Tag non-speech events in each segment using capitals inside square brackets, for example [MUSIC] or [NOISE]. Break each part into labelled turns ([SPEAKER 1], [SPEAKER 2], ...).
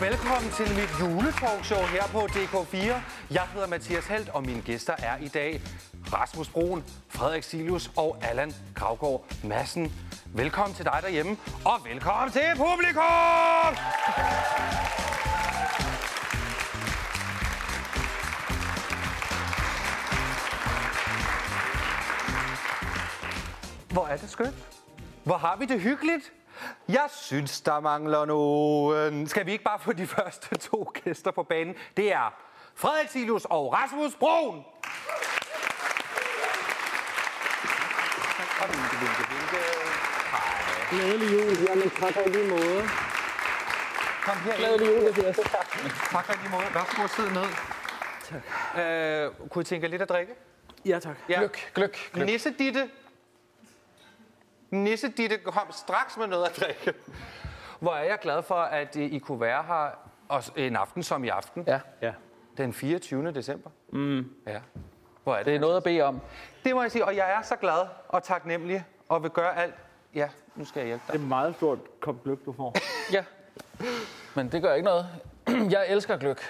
[SPEAKER 1] velkommen til mit juletalkshow her på DK4. Jeg hedder Mathias Helt, og mine gæster er i dag Rasmus Broen, Frederik Silius og Allan Gravgaard Madsen. Velkommen til dig derhjemme, og velkommen til publikum! Hvor er det skønt. Hvor har vi det hyggeligt. Jeg synes, der mangler nogen. Skal vi ikke bare få de første to gæster på banen? Det er Frederik Silius og Rasmus Broen. Og vinke, vinke, vinke.
[SPEAKER 2] Glædelig jul. Jamen, tak og i lige måde.
[SPEAKER 1] Kom her ind.
[SPEAKER 2] Glædelig jul, Mathias.
[SPEAKER 1] Tak for lige måde. Rasmus, sid ned. Tak. Øh, kunne I tænke jer lidt at drikke?
[SPEAKER 2] Ja, tak.
[SPEAKER 1] Ja.
[SPEAKER 3] gløk,
[SPEAKER 1] Nisse Ditte. Nisse Ditte kom straks med noget at drikke. Hvor er jeg glad for, at øh, I kunne være her også en aften som i aften.
[SPEAKER 3] Ja,
[SPEAKER 2] Ja.
[SPEAKER 1] Den 24. december. Mm. Ja. Hvor er
[SPEAKER 3] det
[SPEAKER 1] det?
[SPEAKER 3] er noget at bede om.
[SPEAKER 1] Det må jeg sige, og jeg er så glad og taknemmelig og vil gøre alt. Ja, nu skal jeg hjælpe dig.
[SPEAKER 2] Det er et meget stort kop gløb, du får.
[SPEAKER 3] Ja. Men det gør ikke noget. [CLEARS THROAT] Jeg elsker gløk.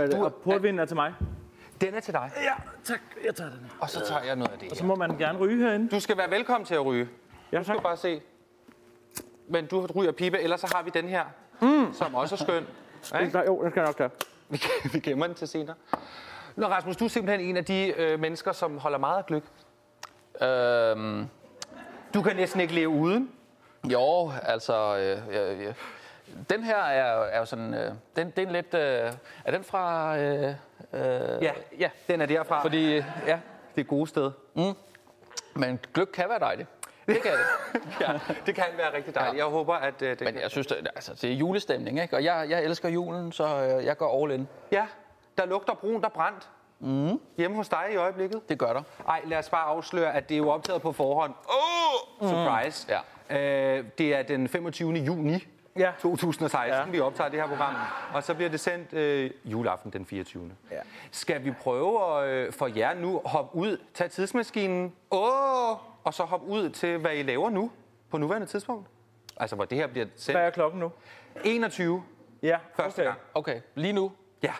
[SPEAKER 2] Er det, og portvinen er til mig.
[SPEAKER 1] Den er til dig,
[SPEAKER 2] Ja, tak. Jeg tager den her.
[SPEAKER 1] og så tager jeg noget af det
[SPEAKER 2] Så
[SPEAKER 1] her.
[SPEAKER 2] må man gerne ryge herinde.
[SPEAKER 1] Du skal være velkommen til at ryge.
[SPEAKER 2] Ja, tak.
[SPEAKER 1] Du bare se. Men du ryger pibe, ellers så har vi den her, mm. som også er skøn.
[SPEAKER 2] [LAUGHS] Nej, jo, den skal jeg nok tage.
[SPEAKER 1] Vi, gem- vi gemmer den til senere. Nå, Rasmus, du er simpelthen en af de øh, mennesker, som holder meget af gløk.
[SPEAKER 3] Øhm,
[SPEAKER 1] Du kan næsten ikke leve uden.
[SPEAKER 3] jo, altså... Øh, øh, øh. Den her er, er jo sådan... Øh, den, det er en lidt... Øh, er den fra... Øh, øh,
[SPEAKER 1] Ja, ja. den er derfra. Fordi
[SPEAKER 3] Fordi, ja.
[SPEAKER 1] det er gode [LAUGHS] sted.
[SPEAKER 3] Men gløk kan være dejligt. Det kan det.
[SPEAKER 1] Ja, det kan være rigtig dejligt. Jeg håber, at øh, det
[SPEAKER 3] Men jeg synes, det, altså, det er julestemning, ikke? Og jeg, jeg elsker julen, så øh, jeg går all in.
[SPEAKER 1] Ja, der lugter brun, der brændt. Mm. Hjemme hos dig i øjeblikket.
[SPEAKER 3] Det gør der.
[SPEAKER 1] Ej, lad os bare afsløre, at det er jo optaget på forhånd. Oh! Surprise.
[SPEAKER 3] Mm.
[SPEAKER 1] Øh, det er den 25. juni
[SPEAKER 2] Ja.
[SPEAKER 1] 2016, ja.
[SPEAKER 2] Ja.
[SPEAKER 1] vi optager det her program. Og så bliver det sendt øh, juleaften den 24. Ja. Skal vi prøve at øh, for jer nu hoppe ud, tage tidsmaskinen, åh, og så hoppe ud til, hvad I laver nu på nuværende tidspunkt? Altså, hvor det her bliver sendt.
[SPEAKER 2] Hvad er klokken nu?
[SPEAKER 1] 21.
[SPEAKER 2] Ja,
[SPEAKER 1] Første gang.
[SPEAKER 3] Okay, lige nu.
[SPEAKER 1] Ja.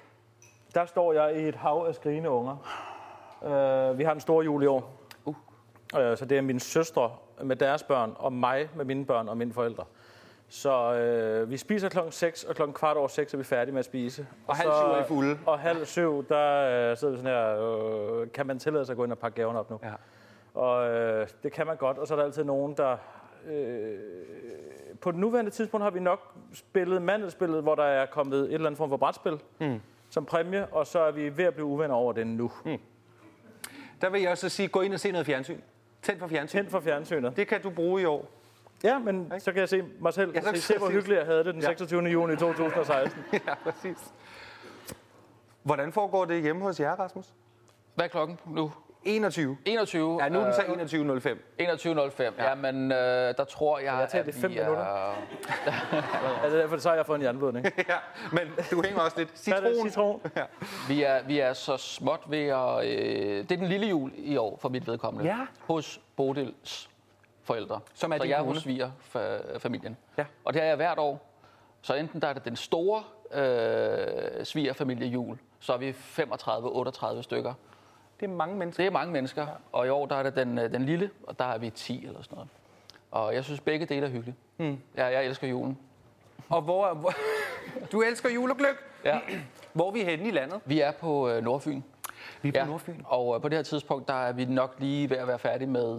[SPEAKER 2] Der står jeg i et hav af skrigende unger. Uh, vi har en stor jul i år. Uh. Uh, så det er mine søstre med deres børn, og mig med mine børn og mine forældre. Så øh, vi spiser klokken 6, og klokken kvart over 6 er vi færdige med at spise.
[SPEAKER 1] Og halv syv er I fulde.
[SPEAKER 2] Og halv syv, der øh, sidder vi sådan her, øh, kan man tillade sig at gå ind og pakke gaverne op nu?
[SPEAKER 1] ja.
[SPEAKER 2] Og øh, det kan man godt, og så er der altid nogen, der... Øh, på det nuværende tidspunkt har vi nok spillet mandelspillet, hvor der er kommet et eller andet form for brætspil mm. som præmie, og så er vi ved at blive uvenner over det nu. Mm.
[SPEAKER 1] Der vil jeg også sige, gå ind og se noget fjernsyn. Tænd for fjernsyn.
[SPEAKER 2] Tænd for fjernsynet.
[SPEAKER 1] Det kan du bruge i år. [LAUGHS]
[SPEAKER 2] Ja, men okay. så kan jeg se mig selv.
[SPEAKER 1] Ja,
[SPEAKER 2] Ja,
[SPEAKER 1] så kan
[SPEAKER 2] se, se,
[SPEAKER 1] du
[SPEAKER 2] hvor
[SPEAKER 1] se-
[SPEAKER 2] hyggeligt jeg havde det den 26. juni 2016.
[SPEAKER 1] ja, præcis. Hvordan foregår det hjemme hos jer, Rasmus?
[SPEAKER 3] Hvad er klokken nu?
[SPEAKER 1] 21.
[SPEAKER 3] 21.
[SPEAKER 1] Ja, nu er den så
[SPEAKER 3] øh,
[SPEAKER 1] 21.05.
[SPEAKER 3] 21.05. Ja. Jamen, øh, der tror jeg,
[SPEAKER 2] tager
[SPEAKER 3] at
[SPEAKER 2] det fem
[SPEAKER 3] vi er...
[SPEAKER 2] minutter. altså, derfor så har jeg fået en
[SPEAKER 1] [LAUGHS]
[SPEAKER 2] jernblødning.
[SPEAKER 1] ja, men du hænger også lidt.
[SPEAKER 2] Der er det
[SPEAKER 1] Citron.
[SPEAKER 2] Citron.
[SPEAKER 3] Vi er, vi er så småt ved at... Øh, det er den lille jul i år for mit vedkommende.
[SPEAKER 1] Ja.
[SPEAKER 3] Hos Bodils forældre.
[SPEAKER 1] Som er
[SPEAKER 3] så
[SPEAKER 1] din
[SPEAKER 3] jeg er
[SPEAKER 1] kone.
[SPEAKER 3] hos svigerfamilien.
[SPEAKER 1] Ja.
[SPEAKER 3] Og det er jeg hvert år. Så enten der er det den store øh, svigerfamiliejul, så er vi 35-38 stykker.
[SPEAKER 1] Det er mange mennesker.
[SPEAKER 3] Det er mange mennesker, og i år der er det den, øh, den lille, og der er vi 10 eller sådan noget. Og jeg synes, begge dele er hyggeligt. Mm. Ja, jeg elsker julen.
[SPEAKER 1] Og hvor, hvor [LAUGHS] du elsker julegløk.
[SPEAKER 3] Ja.
[SPEAKER 1] Hvor er vi henne i landet?
[SPEAKER 3] Vi er på øh, Nordfyn.
[SPEAKER 1] Vi
[SPEAKER 3] Ja, og øh, på det her tidspunkt, der er vi nok lige ved at være færdige med...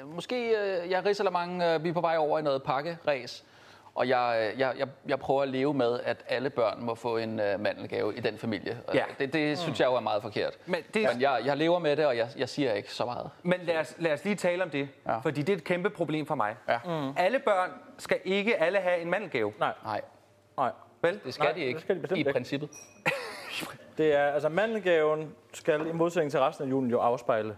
[SPEAKER 3] Øh, måske, øh, jeg ridser mange, øh, vi er på vej over i noget pakkeræs. Og jeg, øh, jeg, jeg, jeg prøver at leve med, at alle børn må få en øh, mandelgave i den familie. Og
[SPEAKER 1] Ja.
[SPEAKER 3] Det,
[SPEAKER 2] Mm.
[SPEAKER 3] det synes jeg jo er meget forkert.
[SPEAKER 1] Men
[SPEAKER 3] Men,
[SPEAKER 1] det-
[SPEAKER 3] det... Men jeg, jeg lever med det, og jeg, jeg siger ikke så meget.
[SPEAKER 1] Men lad os, lad os lige tale om det, ja.
[SPEAKER 3] Ja.
[SPEAKER 1] fordi det er et kæmpe problem for mig.
[SPEAKER 3] Ja.
[SPEAKER 1] Mm. Alle børn skal ikke alle have en mandelgave.
[SPEAKER 2] Nej,
[SPEAKER 3] Nej,
[SPEAKER 2] nej.
[SPEAKER 1] Vel?
[SPEAKER 3] det skal
[SPEAKER 2] Nej,
[SPEAKER 3] de ikke
[SPEAKER 2] det skal de bestemt
[SPEAKER 3] i
[SPEAKER 2] ikke.
[SPEAKER 3] princippet.
[SPEAKER 2] Det er, altså mandelgaven skal i modsætning til resten af julen jo afspejle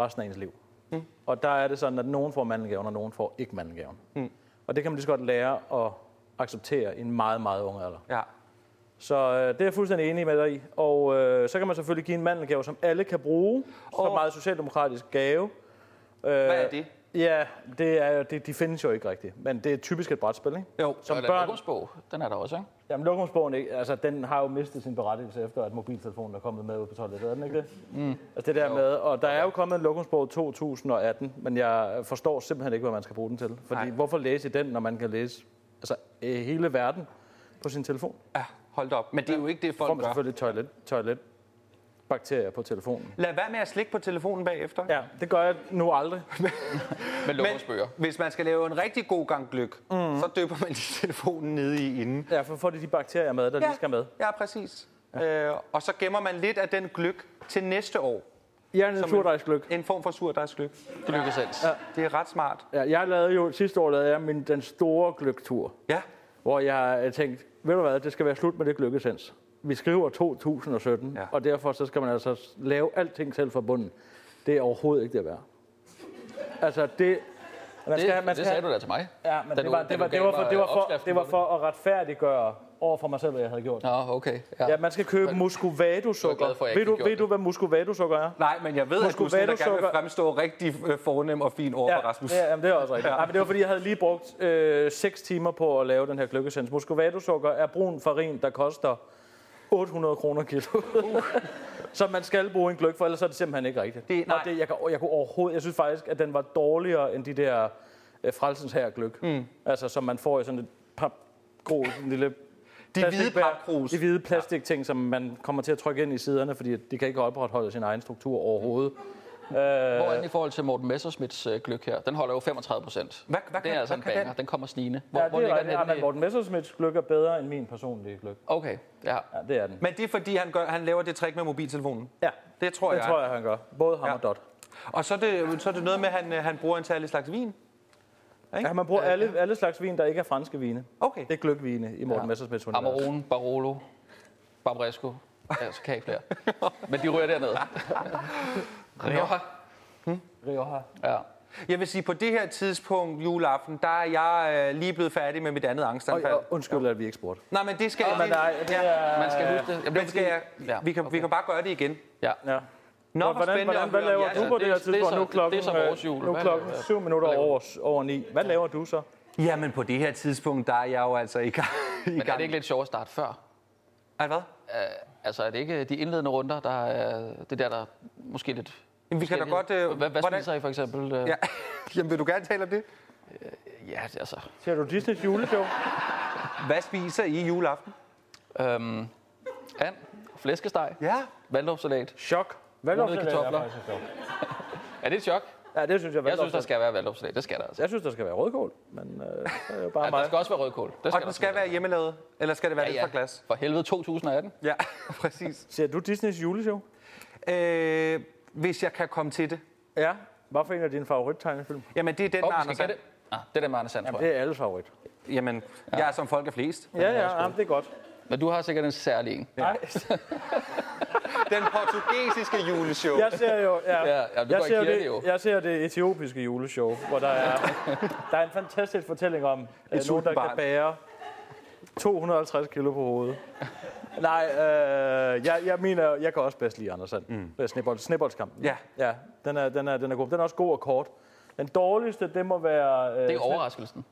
[SPEAKER 2] resten af ens liv. Mm. Og der er det sådan, at nogen får mandelgaven, og nogen får ikke mandelgaven. Mm. Og det kan man lige så godt lære at acceptere i en meget, meget ung alder.
[SPEAKER 1] Ja.
[SPEAKER 2] Så øh, det er jeg fuldstændig enig med dig i. Og øh, så kan man selvfølgelig give en mandelgave, som alle kan bruge, som
[SPEAKER 1] Og-
[SPEAKER 2] meget socialdemokratisk gave. Øh,
[SPEAKER 1] Hvad er det?
[SPEAKER 2] Ja, det er, jo- det, de findes jo ikke rigtigt, men det er typisk et brætspil, ikke?
[SPEAKER 1] Jo.
[SPEAKER 2] Som
[SPEAKER 3] Eller
[SPEAKER 2] børn,
[SPEAKER 3] Lukkumsbog, den er der også, ikke?
[SPEAKER 2] jamen lokumsbogen, ikke? altså, den har jo mistet sin berettigelse efter, at mobiltelefonen er kommet med ud på toilettet, er den ikke det? Mm. Altså det der med, og der er jo kommet en lokumsbog 2018, men jeg forstår simpelthen ikke, hvad man skal bruge den til. Fordi
[SPEAKER 1] Nej.
[SPEAKER 2] Nej. hvorfor læse i den, når man kan læse altså, øh, hele verden på sin telefon?
[SPEAKER 1] Ja, hold da op. Men det er jo ikke det,
[SPEAKER 2] Får
[SPEAKER 1] folk
[SPEAKER 2] man
[SPEAKER 1] gør.
[SPEAKER 2] selvfølgelig toilet, toilet bakterier på telefonen.
[SPEAKER 1] Lad være med at slikke på telefonen bagefter.
[SPEAKER 2] Ja, det gør jeg nu aldrig.
[SPEAKER 3] Men lokumsbøger.
[SPEAKER 1] hvis man skal lave en rigtig god gang gløk, mm. så døber man lige telefonen nede i inden.
[SPEAKER 2] Ja, for får de de bakterier med, der ja. lige skal med.
[SPEAKER 1] Ja, præcis. Ja. Øh, og så gemmer man lidt af den gløk til næste år.
[SPEAKER 2] Jeg er en
[SPEAKER 1] Som
[SPEAKER 2] surdejsgløk.
[SPEAKER 1] En form for surdejsgløk.
[SPEAKER 3] Det lykkes selv. Ja.
[SPEAKER 1] Det er ret smart.
[SPEAKER 2] Ja, jeg lavede jo, sidste år lavede jeg min, den store gløgtur,
[SPEAKER 1] Ja.
[SPEAKER 2] hvor jeg øh, tænkte, ved du hvad, det skal være slut med det gløkkesens. Vi skriver 2017,
[SPEAKER 1] Ja.
[SPEAKER 2] ja. og derfor så skal man altså s- lave alting selv fra bunden. Det er overhovedet ikke det værd. Altså, det... Man
[SPEAKER 3] Det, det sagde du da til mig.
[SPEAKER 2] Ja, men
[SPEAKER 3] da
[SPEAKER 2] det var,
[SPEAKER 3] da
[SPEAKER 2] det var,
[SPEAKER 3] gav
[SPEAKER 2] det var, for,
[SPEAKER 3] mig
[SPEAKER 2] det var, for,
[SPEAKER 3] opskriften
[SPEAKER 2] det var
[SPEAKER 3] på
[SPEAKER 2] for at retfærdiggøre over for mig selv, hvad jeg havde gjort.
[SPEAKER 3] det. Nå, okay. Ja.
[SPEAKER 2] Ja, man skal købe muscovado-sukker.
[SPEAKER 3] glad for, at jeg
[SPEAKER 2] Ved
[SPEAKER 3] ikke
[SPEAKER 2] du,
[SPEAKER 3] fik
[SPEAKER 2] ved
[SPEAKER 3] gjort
[SPEAKER 2] du, hvad muscovado-sukker er?
[SPEAKER 1] Nej, men jeg ved, at du
[SPEAKER 2] Muscovado
[SPEAKER 1] selv gerne vil
[SPEAKER 2] sukker.
[SPEAKER 1] fremstå rigtig øh, fornem og fin over ja. for Rasmus.
[SPEAKER 2] Ja, jamen, det er også rigtigt. Ja. Nej, men det var, fordi jeg havde lige brugt øh, 6 timer på at lave den her gløkkesens. Muscovado-sukker er brun farin, der koster 800 kroner kilo. [LAUGHS] Så man skal bruge en gløk, for ellers er det simpelthen ikke rigtigt.
[SPEAKER 1] Uh. Det-
[SPEAKER 2] Nå,
[SPEAKER 1] nej.
[SPEAKER 2] det, jeg, kan, jeg, kunne overhovedet, jeg synes faktisk, at den var dårligere end de der øh, frelsens her gløk. Mm. Altså, som man får i sådan et pap grå, sådan en lille
[SPEAKER 1] [LAUGHS] De hvide
[SPEAKER 2] plastikbær-
[SPEAKER 1] papkrus.
[SPEAKER 2] De hvide plastikting, som man kommer til at trykke ind i siderne, fordi det kan ikke opretholde sin egen struktur overhovedet.
[SPEAKER 3] Hvor er den i forhold til Morten Messerschmidts øh, gløk her? Den holder jo 35 procent.
[SPEAKER 1] Hvad- hvad
[SPEAKER 3] det
[SPEAKER 1] kan-
[SPEAKER 3] er altså
[SPEAKER 1] hvad
[SPEAKER 3] en
[SPEAKER 1] kan den?
[SPEAKER 3] banger. Den? kommer snigende. Hvor,
[SPEAKER 2] ja,
[SPEAKER 3] hvor
[SPEAKER 2] det er
[SPEAKER 3] ligger
[SPEAKER 2] rigtigt. Ja,
[SPEAKER 3] den
[SPEAKER 2] men
[SPEAKER 3] henne?
[SPEAKER 2] Morten Messerschmidts gløk er bedre end min personlige gløk.
[SPEAKER 3] Okay, ja.
[SPEAKER 2] Ja, det er den.
[SPEAKER 1] Men det er, fordi han, gør, han laver det trick med mobiltelefonen.
[SPEAKER 2] Ja,
[SPEAKER 1] Det tror
[SPEAKER 2] det
[SPEAKER 1] jeg.
[SPEAKER 2] tror jeg, han gør. Både ham
[SPEAKER 1] Ja.
[SPEAKER 2] ja. og Dot.
[SPEAKER 1] Og så er, det, så er det noget med, at han, øh, han bruger en særlig slags vin.
[SPEAKER 2] Ja, man bruger alle, alle slags vin, der ikke er franske vine.
[SPEAKER 1] Okay.
[SPEAKER 2] Det er gløkvine i Morten ja.
[SPEAKER 3] Ja.
[SPEAKER 2] Messerschmidts univers.
[SPEAKER 3] Amarone, Barolo, Barbaresco. Ja, så kan jeg ikke flere. Men de ryger derned. Rioja.
[SPEAKER 2] Rioja.
[SPEAKER 3] Ja.
[SPEAKER 1] Jeg vil sige, på det her tidspunkt juleaften, der er jeg øh, lige blevet færdig med mit andet
[SPEAKER 2] Og,
[SPEAKER 1] angstanfald.
[SPEAKER 2] og undskyld, at vi ikke spurgte.
[SPEAKER 1] Nej, men det skal jeg.
[SPEAKER 2] Men nej, det er...
[SPEAKER 3] Man skal huske det. Jamen, det er
[SPEAKER 1] Men Øh, skal jeg,
[SPEAKER 3] fordi-
[SPEAKER 1] ja, vi, kan, okay. vi kan bare gøre det igen.
[SPEAKER 3] Ja.
[SPEAKER 2] Ja.
[SPEAKER 1] Nå,
[SPEAKER 2] Og
[SPEAKER 1] hvor
[SPEAKER 2] hvordan,
[SPEAKER 1] spændende
[SPEAKER 2] hvordan,
[SPEAKER 1] at
[SPEAKER 2] hvad
[SPEAKER 1] høre om
[SPEAKER 2] laver
[SPEAKER 1] jeres-
[SPEAKER 2] du på det her
[SPEAKER 3] Altså, det er
[SPEAKER 2] tidspunkt?
[SPEAKER 3] så-
[SPEAKER 2] Nu er
[SPEAKER 3] det er
[SPEAKER 2] klokken,
[SPEAKER 3] så vores jul.
[SPEAKER 2] øh, nu er
[SPEAKER 3] Hvad
[SPEAKER 2] klokken
[SPEAKER 3] laver-
[SPEAKER 2] syv minutter over, over ni. Hvad laver du så?
[SPEAKER 1] Jamen, på det her tidspunkt, der er jeg jo altså i gang. I
[SPEAKER 3] Men er
[SPEAKER 1] gang.
[SPEAKER 3] det ikke lidt sjovt at starte før?
[SPEAKER 1] Ej, hvad?
[SPEAKER 3] Uh, altså, er det ikke de indledende runder, der er det der, der måske lidt...
[SPEAKER 1] Jamen, vi kan da
[SPEAKER 3] forskelligt?
[SPEAKER 1] godt... Øh,
[SPEAKER 3] Hvad, hvad
[SPEAKER 1] hvordan-
[SPEAKER 3] spiser I for eksempel? øh?
[SPEAKER 1] Ja. Jamen, vil du gerne tale om det?
[SPEAKER 3] ja altså...
[SPEAKER 2] Ser du Disney's juleshow?
[SPEAKER 1] Hvad spiser I juleaften?
[SPEAKER 3] Øhm, and, flæskesteg,
[SPEAKER 1] Ja.
[SPEAKER 3] valdorfsalat.
[SPEAKER 2] Chok. Hvad
[SPEAKER 3] Rundede kartofler.
[SPEAKER 2] kartofler?
[SPEAKER 3] Er det et chok?
[SPEAKER 2] Ja, det synes jeg.
[SPEAKER 3] Jeg synes,
[SPEAKER 2] valglovsdag-
[SPEAKER 3] der skal være valdorfsalat. Det skal der altså.
[SPEAKER 2] Jeg synes, der skal være rødkål, men øh, det er jo bare
[SPEAKER 3] Ja,
[SPEAKER 2] mig.
[SPEAKER 3] der skal også være rødkål. Det
[SPEAKER 1] Og
[SPEAKER 3] der
[SPEAKER 1] den
[SPEAKER 3] selvfølgelig
[SPEAKER 1] skal være hjemmelavet? Eller skal det være ja, lidt fra glas?
[SPEAKER 3] For helvede 2018.
[SPEAKER 1] Ja, [LAUGHS] præcis.
[SPEAKER 2] Ser du Disneys juleshow?
[SPEAKER 1] Øh, hvis jeg kan komme til det.
[SPEAKER 2] Ja. Hvad for en af dine favorittegnefilm?
[SPEAKER 1] Jamen, det er den,
[SPEAKER 3] Åh,
[SPEAKER 1] der
[SPEAKER 3] vi
[SPEAKER 1] Anders Sand.
[SPEAKER 3] skal gætte. Ah, det er den med Anders Sand, tror jeg.
[SPEAKER 2] Det er alles favorit.
[SPEAKER 1] Jamen, jeg er som folk er flest.
[SPEAKER 2] Ja, ja, jamen, det er godt.
[SPEAKER 3] Men du har sikkert en særlig en.
[SPEAKER 2] Nej,
[SPEAKER 1] Den portugisiske juleshow.
[SPEAKER 2] jeg ser jo, ja,
[SPEAKER 3] Ja, ja, du
[SPEAKER 2] jeg,
[SPEAKER 3] går i
[SPEAKER 2] ser
[SPEAKER 3] kirke,
[SPEAKER 2] det,
[SPEAKER 3] jo.
[SPEAKER 2] jeg ser det etiopiske juleshow, hvor der er, der er en fantastisk fortælling om øh, nogen, der
[SPEAKER 1] sultent barn.
[SPEAKER 2] kan bære 250 kilo på hovedet. Nej, øh, jeg, jeg mener, jeg kan også bedst lide Anders Sand. Mm. Snebold, Sneboldskampen.
[SPEAKER 1] Ja.
[SPEAKER 2] ja den, er, den, er, den er god. Den er også god og kort. Den dårligste, det må være... Øh,
[SPEAKER 3] Det er overraskelsen.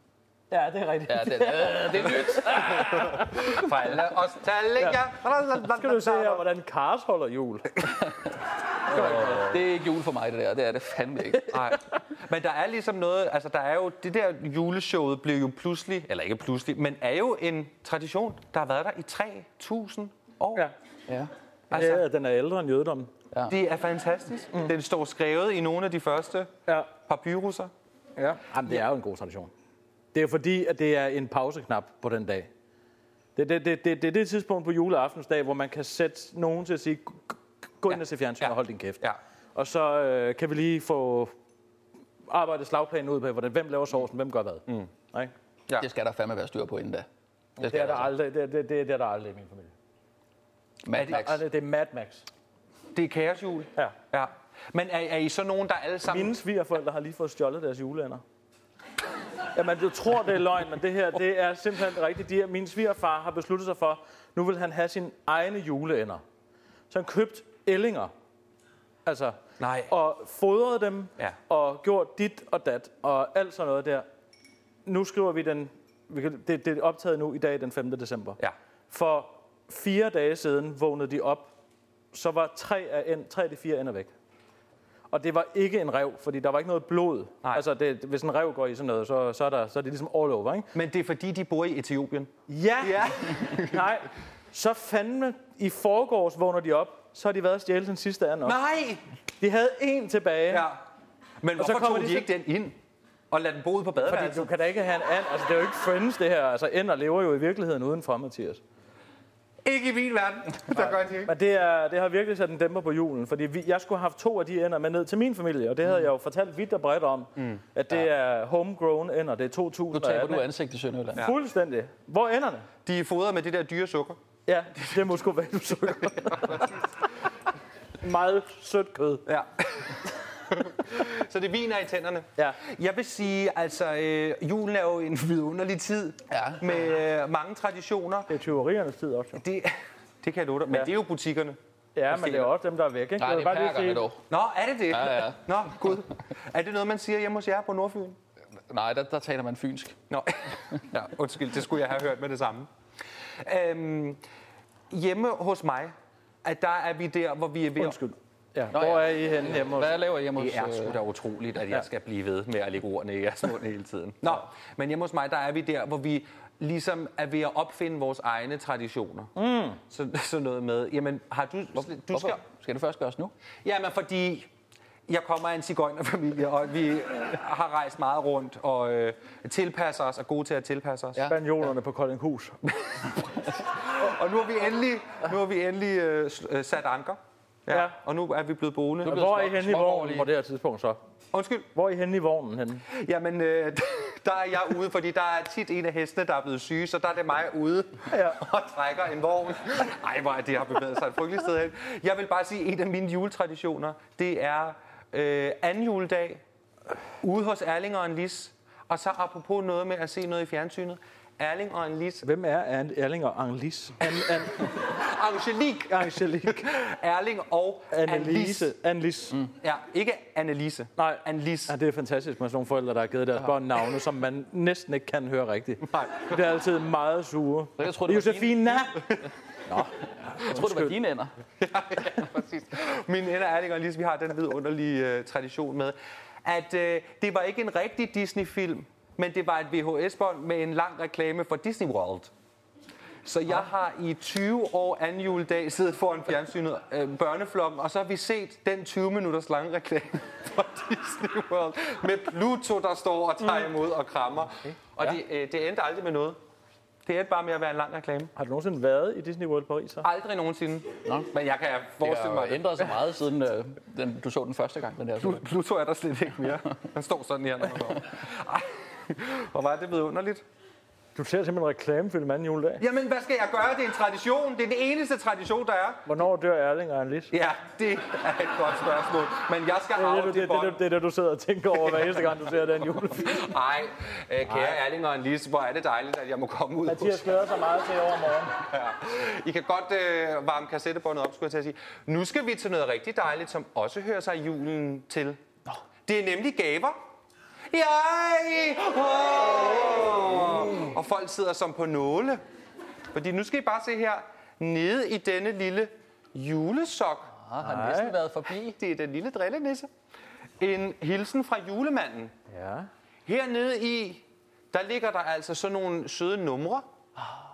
[SPEAKER 2] Ja, det er rigtigt.
[SPEAKER 3] Ja, det, øh, det er nyt.
[SPEAKER 1] Fra alle os tal, ikke? Ja.
[SPEAKER 2] Skal du se her, hvordan Cars holder jul?
[SPEAKER 3] Det er ikke jul for mig, det der. Det er det fandme ikke.
[SPEAKER 1] Nej. Men der er ligesom noget, altså der er jo, det der juleshowet blev jo pludselig, eller ikke pludselig, men er jo en tradition, der har været der i 3.000 år. Ja.
[SPEAKER 2] Ja.
[SPEAKER 3] Ja.
[SPEAKER 1] Altså,
[SPEAKER 2] ja, den er ældre end jødedommen.
[SPEAKER 1] det er fantastisk. Mm. Den står skrevet i nogle af de første
[SPEAKER 2] Ja.
[SPEAKER 1] papyrusser.
[SPEAKER 2] ja. Jamen, det er jo en god tradition. Det er fordi, at det er en pauseknap på den dag. Det, det, det, det, det er det tidspunkt på juleaftensdag, hvor man kan sætte nogen til at sige, "Gå- gå ind og se fjernsyn
[SPEAKER 1] Ja.
[SPEAKER 2] og hold din kæft.
[SPEAKER 1] Ja.
[SPEAKER 2] Og så øh, kan vi lige få arbejdet slagplanen ud på, hvordan, hvem laver sovsen, hvem gør hvad. Mm. Ikke?
[SPEAKER 1] Ja.
[SPEAKER 3] Det skal der fandme være styr på inden da. Det,
[SPEAKER 2] Det,
[SPEAKER 3] skal
[SPEAKER 2] er der aldrig, det, det, det, det er der aldrig i min familie.
[SPEAKER 3] Mad Max.
[SPEAKER 2] Ej, Det, det er Mad Max.
[SPEAKER 1] Det er kaosjul.
[SPEAKER 2] Ja.
[SPEAKER 1] Ja. Men er, er I så nogen, der alle sammen...
[SPEAKER 2] Mine svigerforældre har lige fået stjålet deres juleænder. Jamen, du tror, det er løgn, men det her, det er simpelthen rigtigt. De her, min svigerfar har besluttet sig for, nu vil han have sine egne juleænder. Så han købte ællinger Altså,
[SPEAKER 1] Nej.
[SPEAKER 2] Og fodret dem,
[SPEAKER 1] Ja.
[SPEAKER 2] og gjort dit og dat, og alt sådan noget der. Nu skriver vi den, vi kan- det, det er optaget nu i dag, den 5. december.
[SPEAKER 1] Ja.
[SPEAKER 2] For fire dage siden vågnede de op, så var tre af, en, tre af de fire ender væk. Og det var ikke en rev, fordi der var ikke noget blod.
[SPEAKER 1] Nej.
[SPEAKER 2] Altså, det, hvis en rev går i sådan noget, så, så, er, der, så er det ligesom all over, ikke?
[SPEAKER 1] Men det er fordi, de bor i Etiopien.
[SPEAKER 2] Ja! Nej, så fandme i forgårs vågner de op, så har de været og stjæle den sidste anden op.
[SPEAKER 1] Nej!
[SPEAKER 2] De havde en tilbage.
[SPEAKER 1] Ja. Men hvorfor
[SPEAKER 2] kommer
[SPEAKER 1] tog de,
[SPEAKER 2] de så-
[SPEAKER 1] ikke den ind og lade den bo ude på
[SPEAKER 2] Fordi
[SPEAKER 1] badeværelset?
[SPEAKER 2] du kan da ikke have en and. Altså, det er jo ikke friends, det her. Altså, ender lever jo i virkeligheden udenfor, Mathias.
[SPEAKER 1] Ikke i min verden. Der gør de ikke.
[SPEAKER 2] Men det, er, det har virkelig sat en dæmper på julen, fordi vi, jeg skulle have haft to af de ender med ned til min familie, og det havde jeg jo fortalt vidt og bredt om, mm. at det ja. er homegrown ender, det er 2000
[SPEAKER 3] Nu taber du ansigt i Sønderjylland. Ja.
[SPEAKER 2] Fuldstændig. Hvor er enderne?
[SPEAKER 1] De er fodret med det der dyre sukker.
[SPEAKER 2] Ja, [LAUGHS] det er [LAUGHS] moskovalusukker. Meget sødt kød.
[SPEAKER 1] Ja. [LAUGHS] så det viner i tænderne.
[SPEAKER 2] Ja.
[SPEAKER 1] Jeg vil sige, altså, øh, julen er jo en vidunderlig tid
[SPEAKER 3] Ja.
[SPEAKER 1] med øh, mange traditioner.
[SPEAKER 2] Det er tyveriernes tid også. jo.
[SPEAKER 1] Det, det kan jeg love dig, men
[SPEAKER 2] Ja.
[SPEAKER 1] det er jo butikkerne.
[SPEAKER 2] Ja, men det er også dem, der er væk. Ikke?
[SPEAKER 3] Nej,
[SPEAKER 2] Jeg
[SPEAKER 3] det
[SPEAKER 2] vil
[SPEAKER 3] er
[SPEAKER 2] bare lige
[SPEAKER 3] perkerne
[SPEAKER 2] sige-
[SPEAKER 3] dog.
[SPEAKER 1] Nå, er det det?
[SPEAKER 3] Ja, ja.
[SPEAKER 1] Nå, gud. Er det noget, man siger hjemme hos jer på Nordfyn?
[SPEAKER 3] Nej, der, der taler man fynsk.
[SPEAKER 1] Nå, [LAUGHS] ja, undskyld, det skulle jeg have hørt med det samme. Øhm, hjemme hos mig, at der er vi der, hvor vi er ved at-
[SPEAKER 2] Undskyld. Ja,
[SPEAKER 3] Nå,
[SPEAKER 2] hvor
[SPEAKER 3] ja.
[SPEAKER 2] er I henne hjemme hos?
[SPEAKER 3] Hvad laver I hjemme hos...
[SPEAKER 1] Det er sgu
[SPEAKER 3] øh,
[SPEAKER 1] da utroligt, at jeg skal blive ved med at lægge ordene i jeres mund hele tiden. Nå, men hjemme hos mig, der er vi der, hvor vi ligesom er ved at opfinde vores egne traditioner. Mm. Så, så noget med, jamen har du... du skal,
[SPEAKER 3] Hvorfor? Skal det først gøres nu?
[SPEAKER 1] jamen fordi jeg kommer af en cigøjnerfamilie, og vi har rejst meget rundt og øh, tilpasser os, er gode til at tilpasse os.
[SPEAKER 3] Ja.
[SPEAKER 2] Spanjolerne på Koldinghus.
[SPEAKER 1] Og nu har vi endelig, nu har vi endelig øh, sl- øh, sat anker. Ja.
[SPEAKER 2] Ja.
[SPEAKER 1] ja. Og nu er vi blevet boende.
[SPEAKER 3] Nu er vi-
[SPEAKER 2] Hvor er I
[SPEAKER 3] små-
[SPEAKER 2] henne i
[SPEAKER 3] småborgerlige.
[SPEAKER 2] vognen på det her tidspunkt så?
[SPEAKER 1] Undskyld.
[SPEAKER 2] Hvor er I henne i vognen henne?
[SPEAKER 1] Jamen, øh, [LAUGHS] der er jeg ude, fordi der er tit en af hestene, der er blevet syge, så der er det mig ude
[SPEAKER 2] Ja.
[SPEAKER 1] [LAUGHS] og trækker en vogn. Ej, hvor er det har bevæget sig et frygteligt sted hen. Jeg vil bare sige, at en af mine juletraditioner, det er øh, anden juledag ude hos Erling og en Lis. Og så apropos noget med at se noget i fjernsynet. Erling og en Lis.
[SPEAKER 2] Hvem er An- Erling og Angelis? An, an,
[SPEAKER 1] Angelique.
[SPEAKER 2] [LAUGHS] Angelique.
[SPEAKER 1] Erling og Annelise.
[SPEAKER 2] Annelise. Annelise. Mm.
[SPEAKER 1] Ja, ikke Annelise.
[SPEAKER 2] Nej.
[SPEAKER 1] Annelise.
[SPEAKER 2] Ja, det er fantastisk med sådan nogle forældre, der har givet deres børn navne, som man næsten ikke kan høre rigtigt.
[SPEAKER 1] Nej.
[SPEAKER 2] Det er altid meget sure.
[SPEAKER 3] Jeg tror, det var
[SPEAKER 2] Josefina!
[SPEAKER 3] Jeg tror, det var
[SPEAKER 2] Undskyld.
[SPEAKER 3] dine ender.
[SPEAKER 1] [LAUGHS] Min ender Erling og Lise, ligesom vi har den vidunderlige øh, tradition med, at øh, det var ikke en rigtig Disney-film, men det var et VHS-bånd med en lang reklame for Disney World. Så
[SPEAKER 3] Ah.
[SPEAKER 1] jeg har i 20 år anden juledag siddet foran fjernsynet øh, børneflokken, og så har vi set den 20 minutters lange reklame [LAUGHS] for Disney World med Pluto, der står og
[SPEAKER 3] Mm.
[SPEAKER 1] tager imod og krammer. Og det, øh, det endte aldrig med noget. Det endte bare med at være en lang reklame.
[SPEAKER 2] Har du nogensinde været i Disney World Paris? Så?
[SPEAKER 1] Aldrig nogensinde.
[SPEAKER 3] Nå.
[SPEAKER 1] Men jeg kan
[SPEAKER 3] Det
[SPEAKER 1] forestille
[SPEAKER 3] har
[SPEAKER 1] mig,
[SPEAKER 3] jo ændret sig meget, siden øh, den, du så den første gang, den der.
[SPEAKER 1] Plu- Pluto er der slet ikke mere. Han står sådan her, når man går. Ej, Hvor var det blevet underligt.
[SPEAKER 2] Du ser simpelthen en reklamefilm anden juledag.
[SPEAKER 1] Jamen, hvad skal jeg gøre? Det er en tradition. Det er den eneste tradition, der er.
[SPEAKER 2] Hvornår dør Erling og Annelise?
[SPEAKER 1] Ja, det er et godt spørgsmål. Men jeg skal
[SPEAKER 2] Det er det,
[SPEAKER 1] arve
[SPEAKER 2] du-
[SPEAKER 1] det,
[SPEAKER 2] det, det,
[SPEAKER 1] bånd.
[SPEAKER 2] det, det, er det, du sidder og tænker over hver eneste gang, du ser den [LAUGHS] julefilm.
[SPEAKER 1] Ej, øh, kære Erling og Annelise, hvor er det dejligt, at jeg må komme ud.
[SPEAKER 2] Mathias glæder sig meget til i overmorgen.
[SPEAKER 1] Ja. I kan godt øh, varme kassettebåndet op, skulle jeg til at sige. Nu skal vi til noget rigtig dejligt, som også hører sig i julen til. Det er nemlig gaver. Yay! Oh! Og folk sidder som på nåle. Fordi nu skal I bare se her, nede i denne lille julesok,
[SPEAKER 3] Har han næsten været forbi?
[SPEAKER 1] det er den lille drillenisse, en hilsen fra julemanden.
[SPEAKER 2] Ja.
[SPEAKER 1] Hernede i, der ligger der altså sådan nogle søde numre.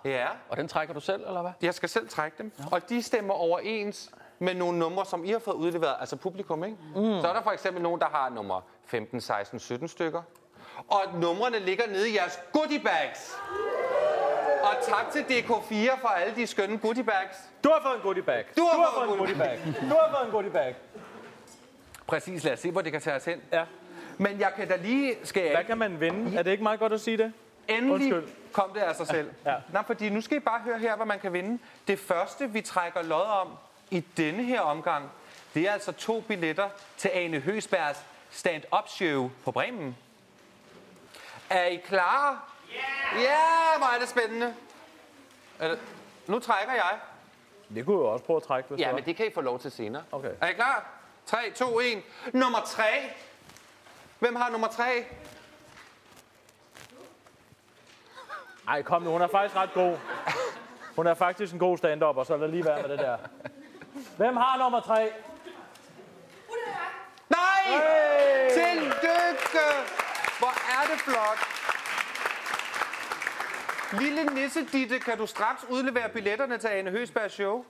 [SPEAKER 1] Ja.
[SPEAKER 3] Og den trækker du selv, eller hvad?
[SPEAKER 1] Jeg skal selv trække dem. Ja. Og de stemmer overens med nogle numre, som I har fået udleveret, altså publikum, ikke? Mm. Så er der for eksempel nogen, der har nummer 15, 16, 17 stykker. Og numrene ligger nede i jeres goodie bags. Og tak til DK4 for alle de skønne goodie bags.
[SPEAKER 2] Du har fået en goodie bag.
[SPEAKER 1] Du har fået en
[SPEAKER 2] en goodie bag. Du har fået en goodie bag.
[SPEAKER 1] Præcis, lad os se, hvor det kan tage os hen.
[SPEAKER 2] Ja.
[SPEAKER 1] Men jeg kan da lige, skal jeg
[SPEAKER 2] Hvad kan man vinde? Er det ikke meget godt at sige det?
[SPEAKER 1] Endelig
[SPEAKER 2] Undskyld.
[SPEAKER 1] kom det af sig selv.
[SPEAKER 2] Ja.
[SPEAKER 1] Nej, fordi nu skal I bare høre her, hvad man kan vinde. Det første, vi trækker lod om i denne her omgang, det er altså to billetter til Ane Høsbergs stand-up show på Bremen. Er I klar? Ja! Yeah! Ja, hvor er det spændende. Er det- Nu trækker jeg.
[SPEAKER 2] Det kunne jeg jo også prøve at trække, hvis
[SPEAKER 1] Ja,
[SPEAKER 2] det var.
[SPEAKER 1] men det kan I få lov til senere.
[SPEAKER 2] Okay.
[SPEAKER 1] Er I klar? 3, 2, 1. Nummer 3. Hvem har nummer 3?
[SPEAKER 2] Ej, kom nu, hun er faktisk ret god. Hun er faktisk en god stand-up, og så lad lige være med det der. Hvem har nummer tre?
[SPEAKER 1] Nej!
[SPEAKER 2] Hey!
[SPEAKER 1] Tillykke! Hvor er det flot! Lille nisse Ditte, kan du straks udlevere billetterne til Ane Høsbergs show?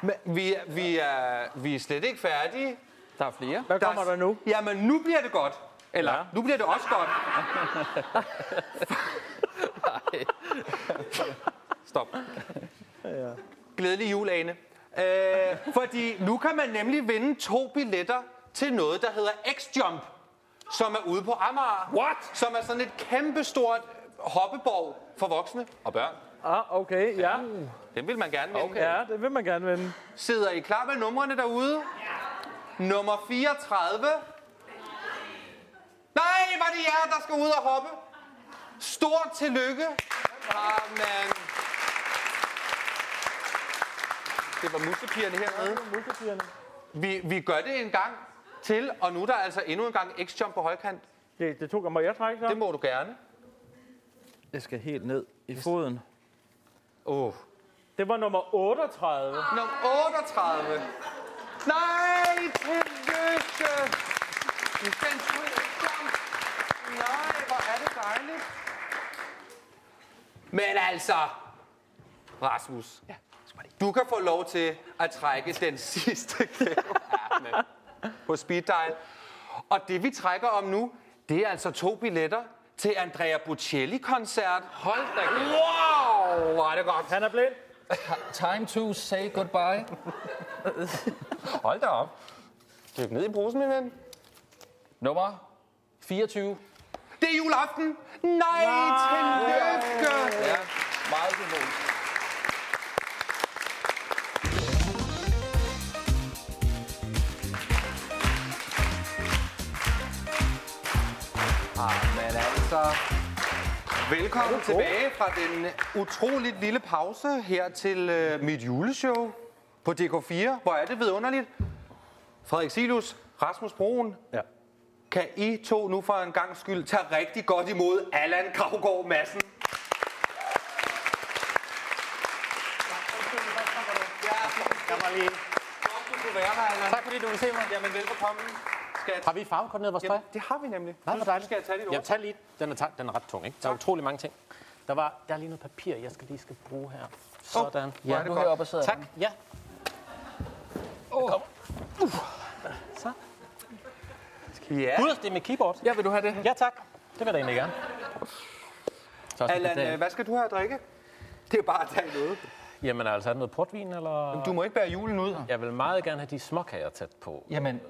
[SPEAKER 1] Men vi, er- vi, er, vi er slet ikke færdige.
[SPEAKER 3] Der er flere.
[SPEAKER 2] Hvad kommer der nu?
[SPEAKER 1] Jamen, nu bliver det godt. Eller,
[SPEAKER 2] Ja.
[SPEAKER 1] ja. nu bliver det også godt. [LAUGHS] Stop. Glædelig jul, Ane. Øh, fordi nu kan man nemlig vinde to billetter til noget, der hedder X-Jump, som er ude på Amager.
[SPEAKER 2] What?
[SPEAKER 1] Som er sådan et kæmpestort hoppeborg for voksne og børn.
[SPEAKER 2] Ah, okay, ja.
[SPEAKER 1] Den vil man gerne vinde.
[SPEAKER 2] Ja, det vil man gerne vende.
[SPEAKER 1] Sidder I klar med numrene derude? Ja. Nummer 34. Nej, var det jer, der skal ud og hoppe. Stort tillykke. Amen. Det var mussepigerne hernede. Vi, vi gør det en gang til, og nu er der altså endnu en gang X-jump på højkant.
[SPEAKER 2] Det, det tog jeg. Må jeg trække
[SPEAKER 1] Det
[SPEAKER 2] så?
[SPEAKER 1] må du gerne.
[SPEAKER 2] Det skal helt ned i foden.
[SPEAKER 1] Åh. Oh.
[SPEAKER 2] Det var nummer 38.
[SPEAKER 1] Nummer 38. Nej, tillykke! Den skulle ikke komme. Nej, hvor er det dejligt. Men altså, Rasmus, ja, du kan få lov til at trække den [LAUGHS] sidste gave Ja, men på speed dial. Og det vi trækker om nu, det er altså to billetter til Andrea Bocelli-koncert.
[SPEAKER 3] Hold da kæft.
[SPEAKER 1] Wow, hvor er det godt.
[SPEAKER 2] Han er blind.
[SPEAKER 3] Time to say goodbye.
[SPEAKER 1] Hold da op. Dyk ned i brusen, min ven.
[SPEAKER 3] Nummer 24.
[SPEAKER 1] Det er juleaften. Nej, Nej. tillykke.
[SPEAKER 3] Ja, meget symbolisk.
[SPEAKER 1] Men altså... Velkommen tilbage fra den utroligt lille pause her til øh, mit juleshow på DK4. Hvor er det vidunderligt. Frederik Silus, Rasmus Broen,
[SPEAKER 2] Ja.
[SPEAKER 1] kan I to nu for en gang skyld tage rigtig godt imod Allan Gravgaard Madsen?
[SPEAKER 4] Jeg var lige...
[SPEAKER 1] Godt, du kunne være her, Allan.
[SPEAKER 4] Tak fordi du ville se mig.
[SPEAKER 1] Jamen, velbekomme. Skal jeg
[SPEAKER 4] Har vi farvekoordineret vores tøj?
[SPEAKER 1] Jamen, det har vi nemlig.
[SPEAKER 4] Nej, hvor dejligt.
[SPEAKER 1] Skal jeg tage dit
[SPEAKER 4] Jamen,
[SPEAKER 1] ord?
[SPEAKER 4] tag lige. Den er, ta- den er ret tung, ikke? Der er utrolig mange ting. Der, var, der er lige noget papir, jeg skal lige skal bruge her. Sådan.
[SPEAKER 3] Ja,
[SPEAKER 4] ja.
[SPEAKER 3] du
[SPEAKER 1] godt.
[SPEAKER 3] heroppe og sidder.
[SPEAKER 4] Tak. Ja.
[SPEAKER 1] Ja.
[SPEAKER 4] Gud, det er med keyboard.
[SPEAKER 3] Ja, vil du have det?
[SPEAKER 4] Ja, tak. Det vil jeg da egentlig gerne. Så også lidt
[SPEAKER 1] Allan,
[SPEAKER 4] bedre.
[SPEAKER 1] øh, hvad skal du have at drikke? Det er bare at tage noget.
[SPEAKER 4] Jamen altså, er det noget portvin, eller?
[SPEAKER 1] Du må ikke bære julen ud.
[SPEAKER 4] Jeg vil meget gerne have de småkager tæt på.
[SPEAKER 3] Jamen,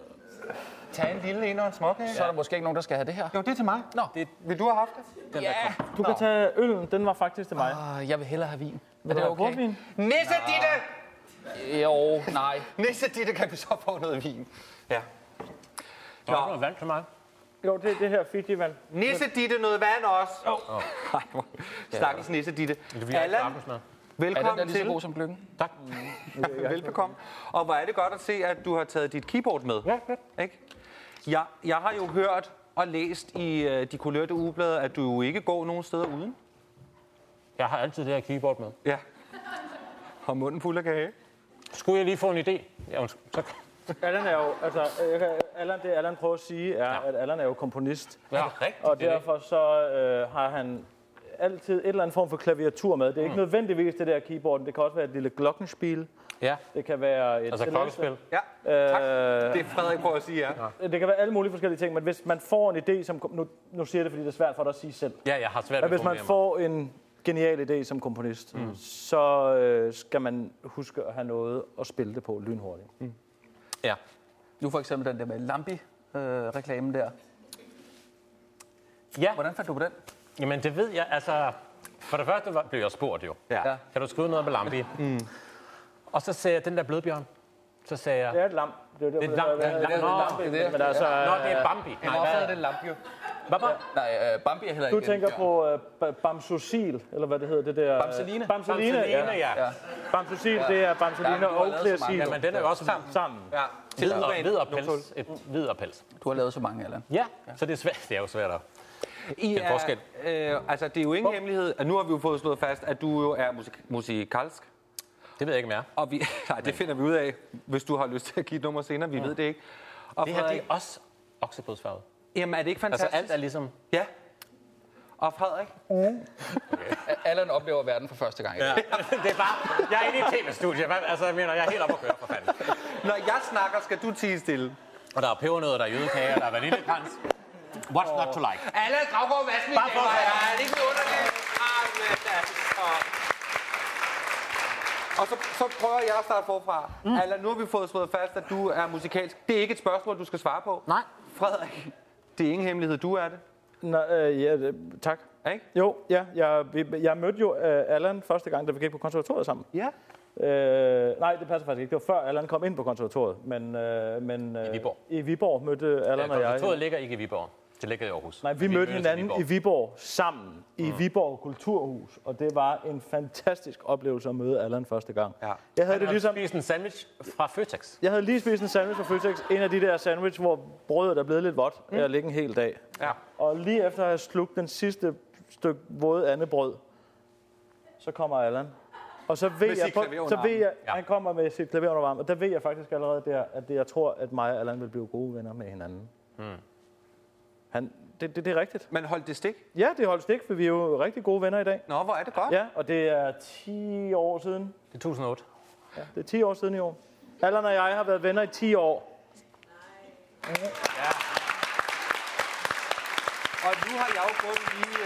[SPEAKER 1] Tag en lille en og en småkage.
[SPEAKER 3] så er der måske ikke nogen, der skal have det her.
[SPEAKER 1] Jo, det er til mig.
[SPEAKER 3] Nå.
[SPEAKER 1] Det, vil du have haft det?
[SPEAKER 4] Den der kom.
[SPEAKER 2] Du kan tage øllen. Den var faktisk til mig.
[SPEAKER 3] Uh, jeg vil hellere have vin. Er
[SPEAKER 2] Vil
[SPEAKER 3] det
[SPEAKER 2] du have
[SPEAKER 3] okay?
[SPEAKER 2] portvin?
[SPEAKER 1] Nisse Ditte!
[SPEAKER 3] Jo, nej.
[SPEAKER 1] Nisse Ditte, kan vi så få noget vin? Ja.
[SPEAKER 4] Nå, du har vand til mig.
[SPEAKER 2] Jo, det er det her Fiji-vand.
[SPEAKER 1] Nisse Ditte, noget vand også. Oh. Oh. Stakkels Nisse Ditte.
[SPEAKER 4] Vi har ikke
[SPEAKER 1] Allan,
[SPEAKER 4] aftensmad.
[SPEAKER 3] Er den der
[SPEAKER 1] velkommen
[SPEAKER 3] lige så
[SPEAKER 1] til.
[SPEAKER 3] god som lykken?
[SPEAKER 4] Tak.
[SPEAKER 1] Velbekomme. Og hvor er det godt at se, at du har taget dit keyboard med.
[SPEAKER 2] Ja, ja.
[SPEAKER 1] Ikke? Jeg, jeg har jo hørt og læst i øh, de kulørte ugeblade, at du jo ikke går nogen steder uden.
[SPEAKER 4] Jeg har altid det her keyboard med.
[SPEAKER 1] Ja. Og munden fuld af kage.
[SPEAKER 4] Skulle jeg lige få en idé? Ja, undskyld. Så...
[SPEAKER 2] Allan er jo, altså, øh, Allan, det Allan prøver at sige, er, at Allan er jo komponist.
[SPEAKER 4] Ja, rigtigt.
[SPEAKER 2] Og derfor så øh, har han altid et eller andet form for klaviatur med. Det er ikke nødvendigvis det der keyboard. Det kan også være et lille glockenspil.
[SPEAKER 4] Ja,
[SPEAKER 2] Det kan være et
[SPEAKER 4] altså
[SPEAKER 2] celeste.
[SPEAKER 4] klokkespil.
[SPEAKER 1] Ja, tak. Det er Frederik prøver at sige, ja.
[SPEAKER 2] Det kan være alle mulige forskellige ting, men hvis man får en idé, som... kom- Nu, nu siger jeg det, fordi det er svært for dig at sige selv.
[SPEAKER 4] Ja, jeg har svært
[SPEAKER 2] Men
[SPEAKER 4] ved at
[SPEAKER 2] hvis man
[SPEAKER 4] formulere mig.
[SPEAKER 2] får en genial idé som komponist, mm. så øh, skal man huske at have noget at spille det på lynhurtigt.
[SPEAKER 4] Ja.
[SPEAKER 3] Nu for eksempel den der med Lambi-reklamen der.
[SPEAKER 4] Ja,
[SPEAKER 3] Hvordan fandt du på den?
[SPEAKER 4] Jamen, det ved jeg. Altså, for det første var, blev jeg spurgt jo.
[SPEAKER 1] Ja.
[SPEAKER 4] Kan du skrive noget med Lambi? mm. Og så sagde jeg, den der blødbjørn. Så sagde jeg,
[SPEAKER 2] Det er et lam. Det er, derfor,
[SPEAKER 4] det er lam,
[SPEAKER 2] det
[SPEAKER 4] lam,
[SPEAKER 2] er,
[SPEAKER 4] lam, lam,
[SPEAKER 3] det er
[SPEAKER 2] Men altså,
[SPEAKER 4] Nå, det er Bambi.
[SPEAKER 3] Han
[SPEAKER 4] Nej,
[SPEAKER 3] opdagede
[SPEAKER 4] hvad?
[SPEAKER 3] den Lambi jo.
[SPEAKER 4] Hvad var-
[SPEAKER 3] Nej, øh, Bambi er heller
[SPEAKER 2] du
[SPEAKER 3] ikke en
[SPEAKER 2] tænker
[SPEAKER 3] bjørn.
[SPEAKER 2] på øh, ba- Bamsusil, eller hvad det hedder, det der... øh,
[SPEAKER 3] Bamseline.
[SPEAKER 2] Bamseline,
[SPEAKER 4] Bamseline,
[SPEAKER 2] ja.
[SPEAKER 4] ja.
[SPEAKER 3] Ja.
[SPEAKER 2] Bamsusil, det er Bamseline
[SPEAKER 3] Ja, men du har
[SPEAKER 2] og
[SPEAKER 3] lavet så mange.
[SPEAKER 2] Clearsil
[SPEAKER 4] Jamen, den er jo også...
[SPEAKER 2] sammen.
[SPEAKER 1] Ja. til
[SPEAKER 4] Hvid og,
[SPEAKER 1] urent
[SPEAKER 4] hvid og
[SPEAKER 1] numsehul.
[SPEAKER 4] pels. Et hvid og pels.
[SPEAKER 3] Du har lavet så mange, Allan.
[SPEAKER 4] Ja, så det er, svært, det er jo svært at...
[SPEAKER 1] I
[SPEAKER 4] Den forskel.
[SPEAKER 1] Øh, altså, det er jo ingen hemmelighed, at nu har vi jo fået slået fast, at du jo er musik- musikalsk.
[SPEAKER 4] Det ved jeg ikke mere.
[SPEAKER 1] Og vi, [LAUGHS] nej, det finder vi ud af, hvis du har lyst til at give et nummer senere. Vi ja. ved det ikke. Og
[SPEAKER 4] Det her det er også okseblødsfarvet.
[SPEAKER 1] jamen, er det ikke
[SPEAKER 4] Altså
[SPEAKER 1] fantastisk?
[SPEAKER 4] alt er ligesom...
[SPEAKER 1] Ja. Og Frederik?
[SPEAKER 3] Allan oplever verden for første gang i dag.
[SPEAKER 4] [LAUGHS] det er bare... Jeg er inde i et tv-studie. Hvad- Altså, jeg mener, jeg er helt oppe at køre, for fanden.
[SPEAKER 1] Når jeg snakker, skal du tige stille.
[SPEAKER 4] Og der er pebernødder, der er jødekager, der er vaniljekrans. What's not to like?
[SPEAKER 1] Alle Gravgaard Madsen i
[SPEAKER 4] Bare for-
[SPEAKER 1] Danmark. Ja, er det ikke underligt? Amen, Ah, altså. Og så, så prøver jeg at starte forfra. Mm. Allan, nu har vi fået slået fast, at du er musikalsk. Det er ikke et spørgsmål, du skal svare på.
[SPEAKER 4] Nej.
[SPEAKER 1] Frederik, det er ingen hemmelighed, du er det.
[SPEAKER 2] Nå, øh, ja, øh, tak.
[SPEAKER 1] Ikke?
[SPEAKER 2] Jo, ja, jeg, vi- jeg mødte jo øh, Allan første gang, da vi gik på konservatoriet sammen.
[SPEAKER 1] Ja.
[SPEAKER 2] Øh, nej, det passer faktisk ikke. Det var før Allan kom ind på konservatoriet. Men, øh, men, øh, I
[SPEAKER 4] Viborg.
[SPEAKER 2] I Viborg mødte Allan og jeg.
[SPEAKER 4] Konservatoriet ligger ikke i Viborg. Det ligger i Aarhus.
[SPEAKER 2] Nej, vi, vi mødte
[SPEAKER 4] mødtes
[SPEAKER 2] hinanden
[SPEAKER 4] Viborg.
[SPEAKER 2] i Viborg sammen i Viborg Kulturhus, og det var en fantastisk oplevelse at møde Allan første gang.
[SPEAKER 1] Ja.
[SPEAKER 2] Jeg havde
[SPEAKER 4] Han
[SPEAKER 2] det
[SPEAKER 4] har
[SPEAKER 2] ligesom,
[SPEAKER 4] spist en sandwich fra Føtex.
[SPEAKER 2] jeg havde lige spist en sandwich fra Føtex, en af de der sandwich, hvor brødet er blevet lidt vådt, mm. jeg ligger en hel dag.
[SPEAKER 1] Ja.
[SPEAKER 2] Og lige efter at have slugt den sidste stykke våde andebrød, så kommer Allan. Og så ved
[SPEAKER 1] Med
[SPEAKER 2] jeg,
[SPEAKER 1] sit
[SPEAKER 2] på-
[SPEAKER 1] klaver under
[SPEAKER 2] så ved
[SPEAKER 1] armen.
[SPEAKER 2] jeg han kommer med sit klaver under varmen, og der ved jeg faktisk allerede der, at det, jeg tror, at mig og Allan vil blive gode venner med hinanden. Mm. Han, det, det, det er rigtigt.
[SPEAKER 1] Men hold det stik.
[SPEAKER 2] Ja, det holdt stik, for vi er jo rigtig gode venner i dag.
[SPEAKER 1] Nå, hvor er det godt.
[SPEAKER 2] Ja, og det er 10 år siden.
[SPEAKER 4] Det er 1008.
[SPEAKER 2] Det er 10 år siden i år. Allan og jeg har været venner i 10 år.
[SPEAKER 1] Og nu har jeg jo kun lige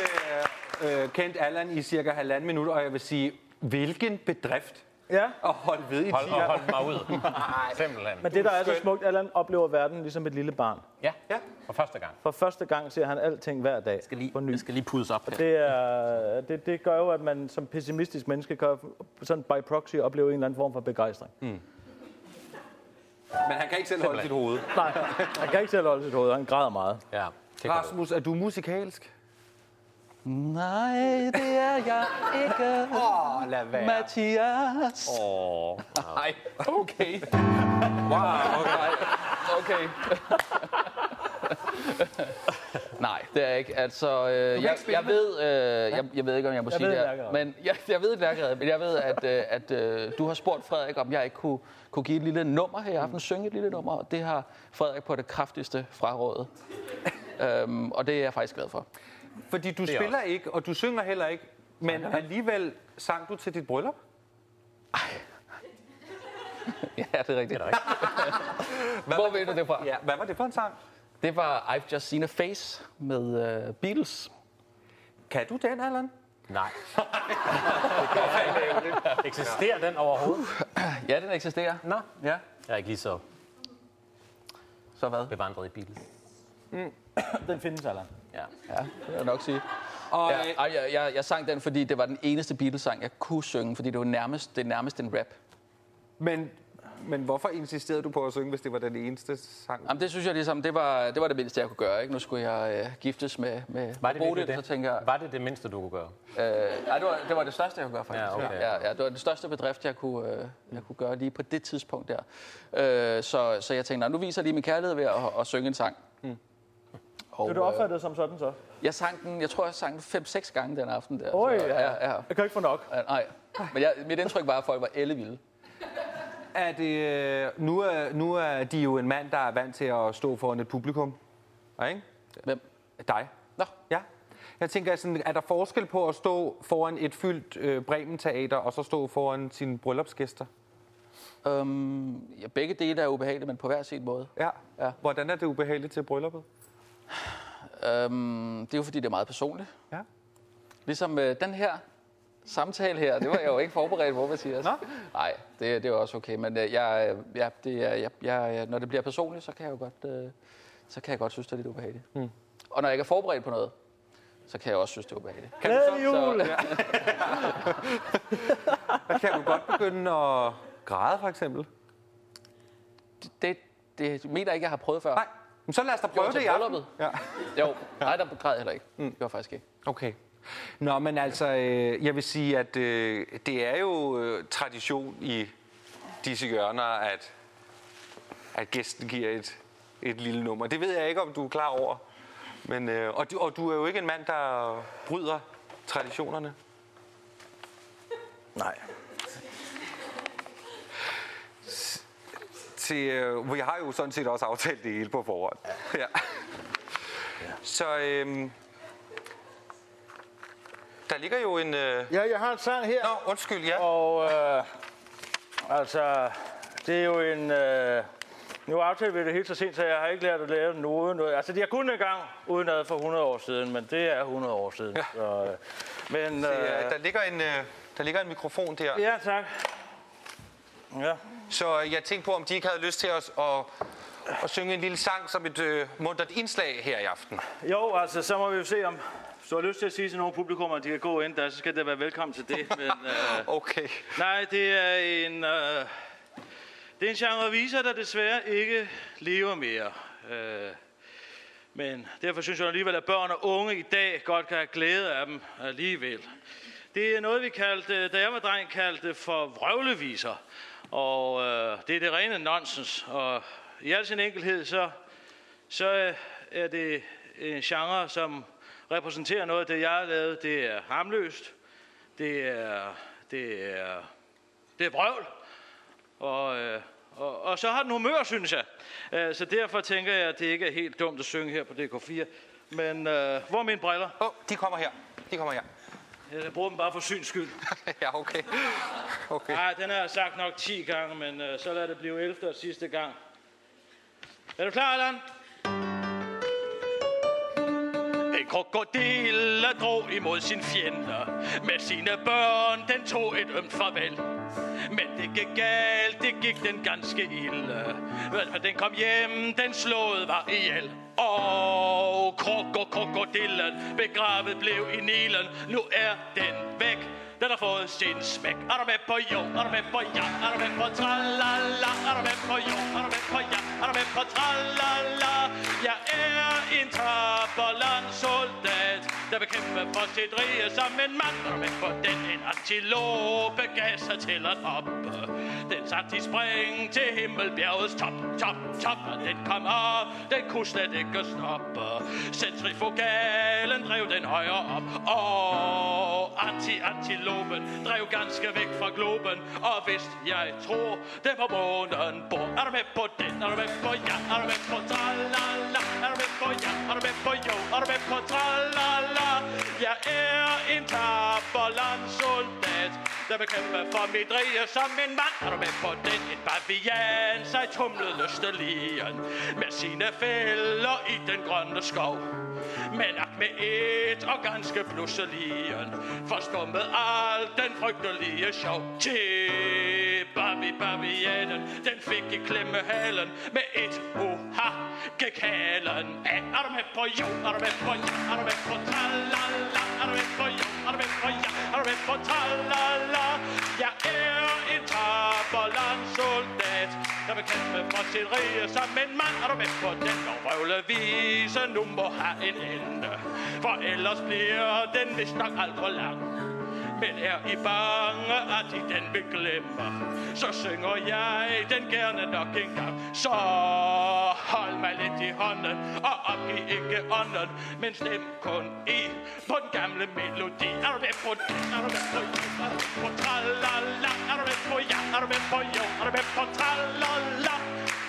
[SPEAKER 1] øh, øh, kendt Allan i cirka halvanden minut, og jeg vil sige, hvilken bedrift
[SPEAKER 2] Ja.
[SPEAKER 1] at holde ved i 10
[SPEAKER 4] Hold,
[SPEAKER 1] år.
[SPEAKER 4] og hold mig
[SPEAKER 2] [LAUGHS]
[SPEAKER 4] ud. Simpelthen.
[SPEAKER 2] Men det, der er så smukt, Allan oplever verden ligesom et lille barn.
[SPEAKER 4] Ja,
[SPEAKER 1] Ja.
[SPEAKER 4] for første gang.
[SPEAKER 2] For første gang ser han alting hver dag
[SPEAKER 4] skal lige,
[SPEAKER 2] på ny.
[SPEAKER 4] det skal lige pudes op. her.
[SPEAKER 2] Det, er, det, det gør jo, at man som pessimistisk menneske kan sådan by proxy opleve en eller anden form for begejstring. Mm.
[SPEAKER 1] Men han kan ikke selv holde sit hoved.
[SPEAKER 2] Nej, han kan ikke selv holde sit hoved, han græder meget.
[SPEAKER 4] Ja, det er godt.
[SPEAKER 1] Rasmus, er du musikalsk?
[SPEAKER 3] Nej, det er jeg ikke,
[SPEAKER 1] Åh, oh, lad være.
[SPEAKER 3] Mathias.
[SPEAKER 1] Nej, okay. Wow, okay.
[SPEAKER 3] Okay. Nej, det er jeg ikke. Altså, øh, jeg,
[SPEAKER 1] spille
[SPEAKER 3] jeg, ved, øh, jeg, jeg ved ikke, om jeg må sige
[SPEAKER 2] ved
[SPEAKER 3] det
[SPEAKER 2] et
[SPEAKER 3] her.
[SPEAKER 2] værkerede.
[SPEAKER 3] Men [LAUGHS] jeg, jeg ved et værkerede, men jeg ved, at, øh, at øh, du har spurgt Frederik, om jeg ikke kunne, kunne give et lille nummer her i aften. Synge et lille nummer, og det har Frederik på det kraftigste frarådet. øhm, og det er jeg faktisk glad for.
[SPEAKER 1] Fordi du
[SPEAKER 4] er
[SPEAKER 1] spiller ikke, og du synger heller ikke, men alligevel sang du til dit bryllup.
[SPEAKER 3] [LAUGHS] Ja, det er rigtigt. [LAUGHS] Hvor ved du det fra?
[SPEAKER 1] Ja, hvad var det for en sang?
[SPEAKER 3] Det var I've Just Seen a Face med øh, Beatles.
[SPEAKER 1] Kan du den, Allan?
[SPEAKER 4] Nej.
[SPEAKER 2] [LAUGHS]
[SPEAKER 4] [LAUGHS] Eksisterer den overhovedet?
[SPEAKER 3] Ja, den eksisterer.
[SPEAKER 4] Nå,
[SPEAKER 3] Ja.
[SPEAKER 4] jeg er ikke lige så
[SPEAKER 3] Så hvad?
[SPEAKER 4] bevandret i bilen.
[SPEAKER 2] Den findes, Allan.
[SPEAKER 4] Ja.
[SPEAKER 3] Ja, det vil jeg nok sige.
[SPEAKER 1] Og,
[SPEAKER 3] Ja,
[SPEAKER 1] øh,
[SPEAKER 3] ej, jeg, jeg, jeg sang den, fordi det var den eneste Beatles-sang, jeg kunne synge, fordi det var nærmest, det er nærmest en rap.
[SPEAKER 1] men, men hvorfor insisterede du på at synge, hvis det var den eneste sang?
[SPEAKER 3] Jamen, det synes jeg ligesom, det var det, var det mindste, jeg kunne gøre. Ikke? Nu skulle jeg øh, giftes med, med
[SPEAKER 4] Var det,
[SPEAKER 3] med Bodil,
[SPEAKER 4] virkelig
[SPEAKER 3] så tænker jeg...
[SPEAKER 4] Var det det mindste, du kunne gøre?
[SPEAKER 3] Øh, nej, det var, det var det største, jeg kunne gøre, faktisk.
[SPEAKER 4] Ja, okay.
[SPEAKER 3] ja, ja, det var den største bedrift, jeg kunne, øh, jeg kunne gøre lige på det tidspunkt der. Øh, så, så jeg tænkte, "Nå, nu viser jeg lige min kærlighed ved at, at synge en sang. Mm.
[SPEAKER 4] Hmm.
[SPEAKER 3] Og,
[SPEAKER 2] Vil du
[SPEAKER 3] øh,
[SPEAKER 2] opfatte det som sådan så?
[SPEAKER 3] jeg sang den, jeg tror, jeg sang den 5-6 gange den aften der.
[SPEAKER 2] Oj,
[SPEAKER 3] så, ja, ja.
[SPEAKER 2] Jeg kan ikke få nok.
[SPEAKER 3] Ja, Nej, men jeg, mit indtryk var, at folk var ellevilde.
[SPEAKER 1] Er det, øh, nu, er, nu er de jo en mand, der er vant til at stå foran et publikum. Ja, Ikke?
[SPEAKER 3] Hvem?
[SPEAKER 1] Dig.
[SPEAKER 3] Nå,
[SPEAKER 1] Ja. Jeg tænker, sådan, er der forskel på at stå foran et fyldt øh, Bremen-teater, og så stå foran sine bryllupsgæster?
[SPEAKER 3] øhm, ja, begge dele er ubehagelige, men på hver sin måde.
[SPEAKER 1] Ja.
[SPEAKER 3] Ja.
[SPEAKER 1] Hvordan er det ubehageligt til brylluppet?
[SPEAKER 3] Øhm, det er jo fordi, det er meget personligt.
[SPEAKER 1] Ja.
[SPEAKER 3] Ligesom øh, den her samtale her, det var jeg jo ikke forberedt på, Mathias.
[SPEAKER 1] Nå.
[SPEAKER 3] Nej, det, det er også okay, men øh, jeg, øh, ja, det er, jeg, jeg, øh, når det bliver personligt, så kan jeg jo godt, øh, så kan jeg godt synes, det er lidt ubehageligt. Mm. Og når jeg ikke er forberedt på noget, så kan jeg også synes, det er ubehageligt.
[SPEAKER 2] Glædelig jul!
[SPEAKER 3] Så, ja.
[SPEAKER 1] Kan du godt begynde at græde, for eksempel?
[SPEAKER 3] Det, det mener jeg ikke, jeg har prøvet før.
[SPEAKER 1] Nej. Men så lad os da prøve
[SPEAKER 3] Jo, til
[SPEAKER 1] det i aften.
[SPEAKER 3] brylluppet.
[SPEAKER 1] Ja.
[SPEAKER 3] Jo, nej, der græd jeg heller ikke. Det var faktisk ikke.
[SPEAKER 1] Okay. Nå, men altså, øh, jeg vil sige, at øh, det er jo øh, tradition i disse hjørner, at at gæsten giver et, et lille nummer. Det ved jeg ikke, om du er klar over. Men, øh, og, du, og du er jo ikke en mand, der bryder traditionerne.
[SPEAKER 2] Nej.
[SPEAKER 1] Til, øh, vi har jo sådan set også aftalt det hele på forhånd. Ja. Så øh, der ligger jo en... Øh,
[SPEAKER 2] Ja, jeg har en sang her.
[SPEAKER 1] Nå, undskyld, ja.
[SPEAKER 2] Og øh, altså, det er jo en... Øh, nu aftalte vi det helt så sent, så jeg har ikke lært at lave noget. noget. Altså, jeg kunne engang uden ad for 100 år siden, men det er 100 år siden. Ja. Så, øh, men,
[SPEAKER 1] Øh,
[SPEAKER 2] øh,
[SPEAKER 1] der, ligger en, øh, der ligger en mikrofon der.
[SPEAKER 2] ja, tak. Ja.
[SPEAKER 1] Så øh, jeg tænkte på, om de ikke havde lyst til os at, at synge en lille sang som et øh, mundret indslag her i aften.
[SPEAKER 2] Jo, altså, så må vi jo se om... Hvis du har lyst til at sige til nogle publikummer, at de kan gå ind der, så skal det være velkommen til det. Men,
[SPEAKER 1] [LAUGHS]
[SPEAKER 2] øh,
[SPEAKER 1] Okay.
[SPEAKER 2] Nej, det er en... Øh, det er en genre viser, der desværre ikke lever mere. Øh, men derfor synes jeg alligevel, at børn og unge i dag godt kan have glæde af dem alligevel. Det er noget, vi kaldte, da jeg var dreng, kaldte for vrøvleviser. Og øh, det er det rene nonsens. Og i al sin enkelhed, så, så øh, er det en genre, som repræsenterer noget af det, jeg har lavet. Det er harmløst. Det er, det er, det er vrøvl. Og, øh, og, og så har den humør, synes jeg. Øh, så derfor tænker jeg, at det ikke er helt dumt at synge her på DK4. Men øh, hvor er mine briller?
[SPEAKER 1] Åh, oh, de kommer her. De kommer her. [LAUGHS]
[SPEAKER 2] Jeg bruger dem bare for syns skyld.
[SPEAKER 1] ja, okay. okay.
[SPEAKER 2] Nej, den har jeg sagt nok 10 gange, men øh, så lader det blive 11. og sidste gang. Er du klar, Allan? En krokodille drog imod sin fjender. Med sine børn, den tog et ømt farvel. Men det gik galt, det gik den ganske ilde. Men den kom hjem, den slået var ihjel. Og krok og krokodillen begravet blev i Nilen. Nu er den væk, den har fået sin smæk. Er du med på jo? Er du med på ja? Er du med på tralala? Er du med på jo? Er du med på ja? Er du med på tralala? Jeg er en trapperlandsoldat, der vil kæmpe for sit rige som en mand. Er du med på den? En antilope gav sig til at hoppe. Den satte de spring til himmelbjergets top, top, top. Og den kom op, den kunne slet ikke stoppe. Centrifugalen drev den højere op. Og anti-antilopen drev ganske væk fra globen. Og hvis jeg tror, det på månen bor. Er du med på den? Er du med på ja? Er du med på tralala? Er du med på ja? Er du med på jo? Er du med på tralala? Jeg er en tapper landsoldat, der vil kæmpe for mit rige som en mand. Er du med på den? En bavian, sig tumlede lysteligen med sine fælder i den grønne skov. Men ak med et og ganske pludseligen forstummet alt den frygtelige sjov. Til Babi Bavianen, den fik i klemme halen med et uha, gik halen af. Er du med på jo? Er du med på ja? Er du med på talala? Er du med på jo? Er du med på ja? Er du med på talala? Jeg er en taberlandsoldat, der vil kæmpe for sit rige som en mand. Er du med på den? Og røvle vise nu må have en ende, for ellers bliver den vist nok alt for lang. Men er I bange, at I den vil glemme Så synger jeg den gerne nok en gang Så hold mig lidt i hånden Og opgiv ikke ånden Men stem kun i på den gamle melodi Er du med på den? Er du med på jo? Er du med på tralala? Er du med på ja? Er du med på jo? Er du med på tralala?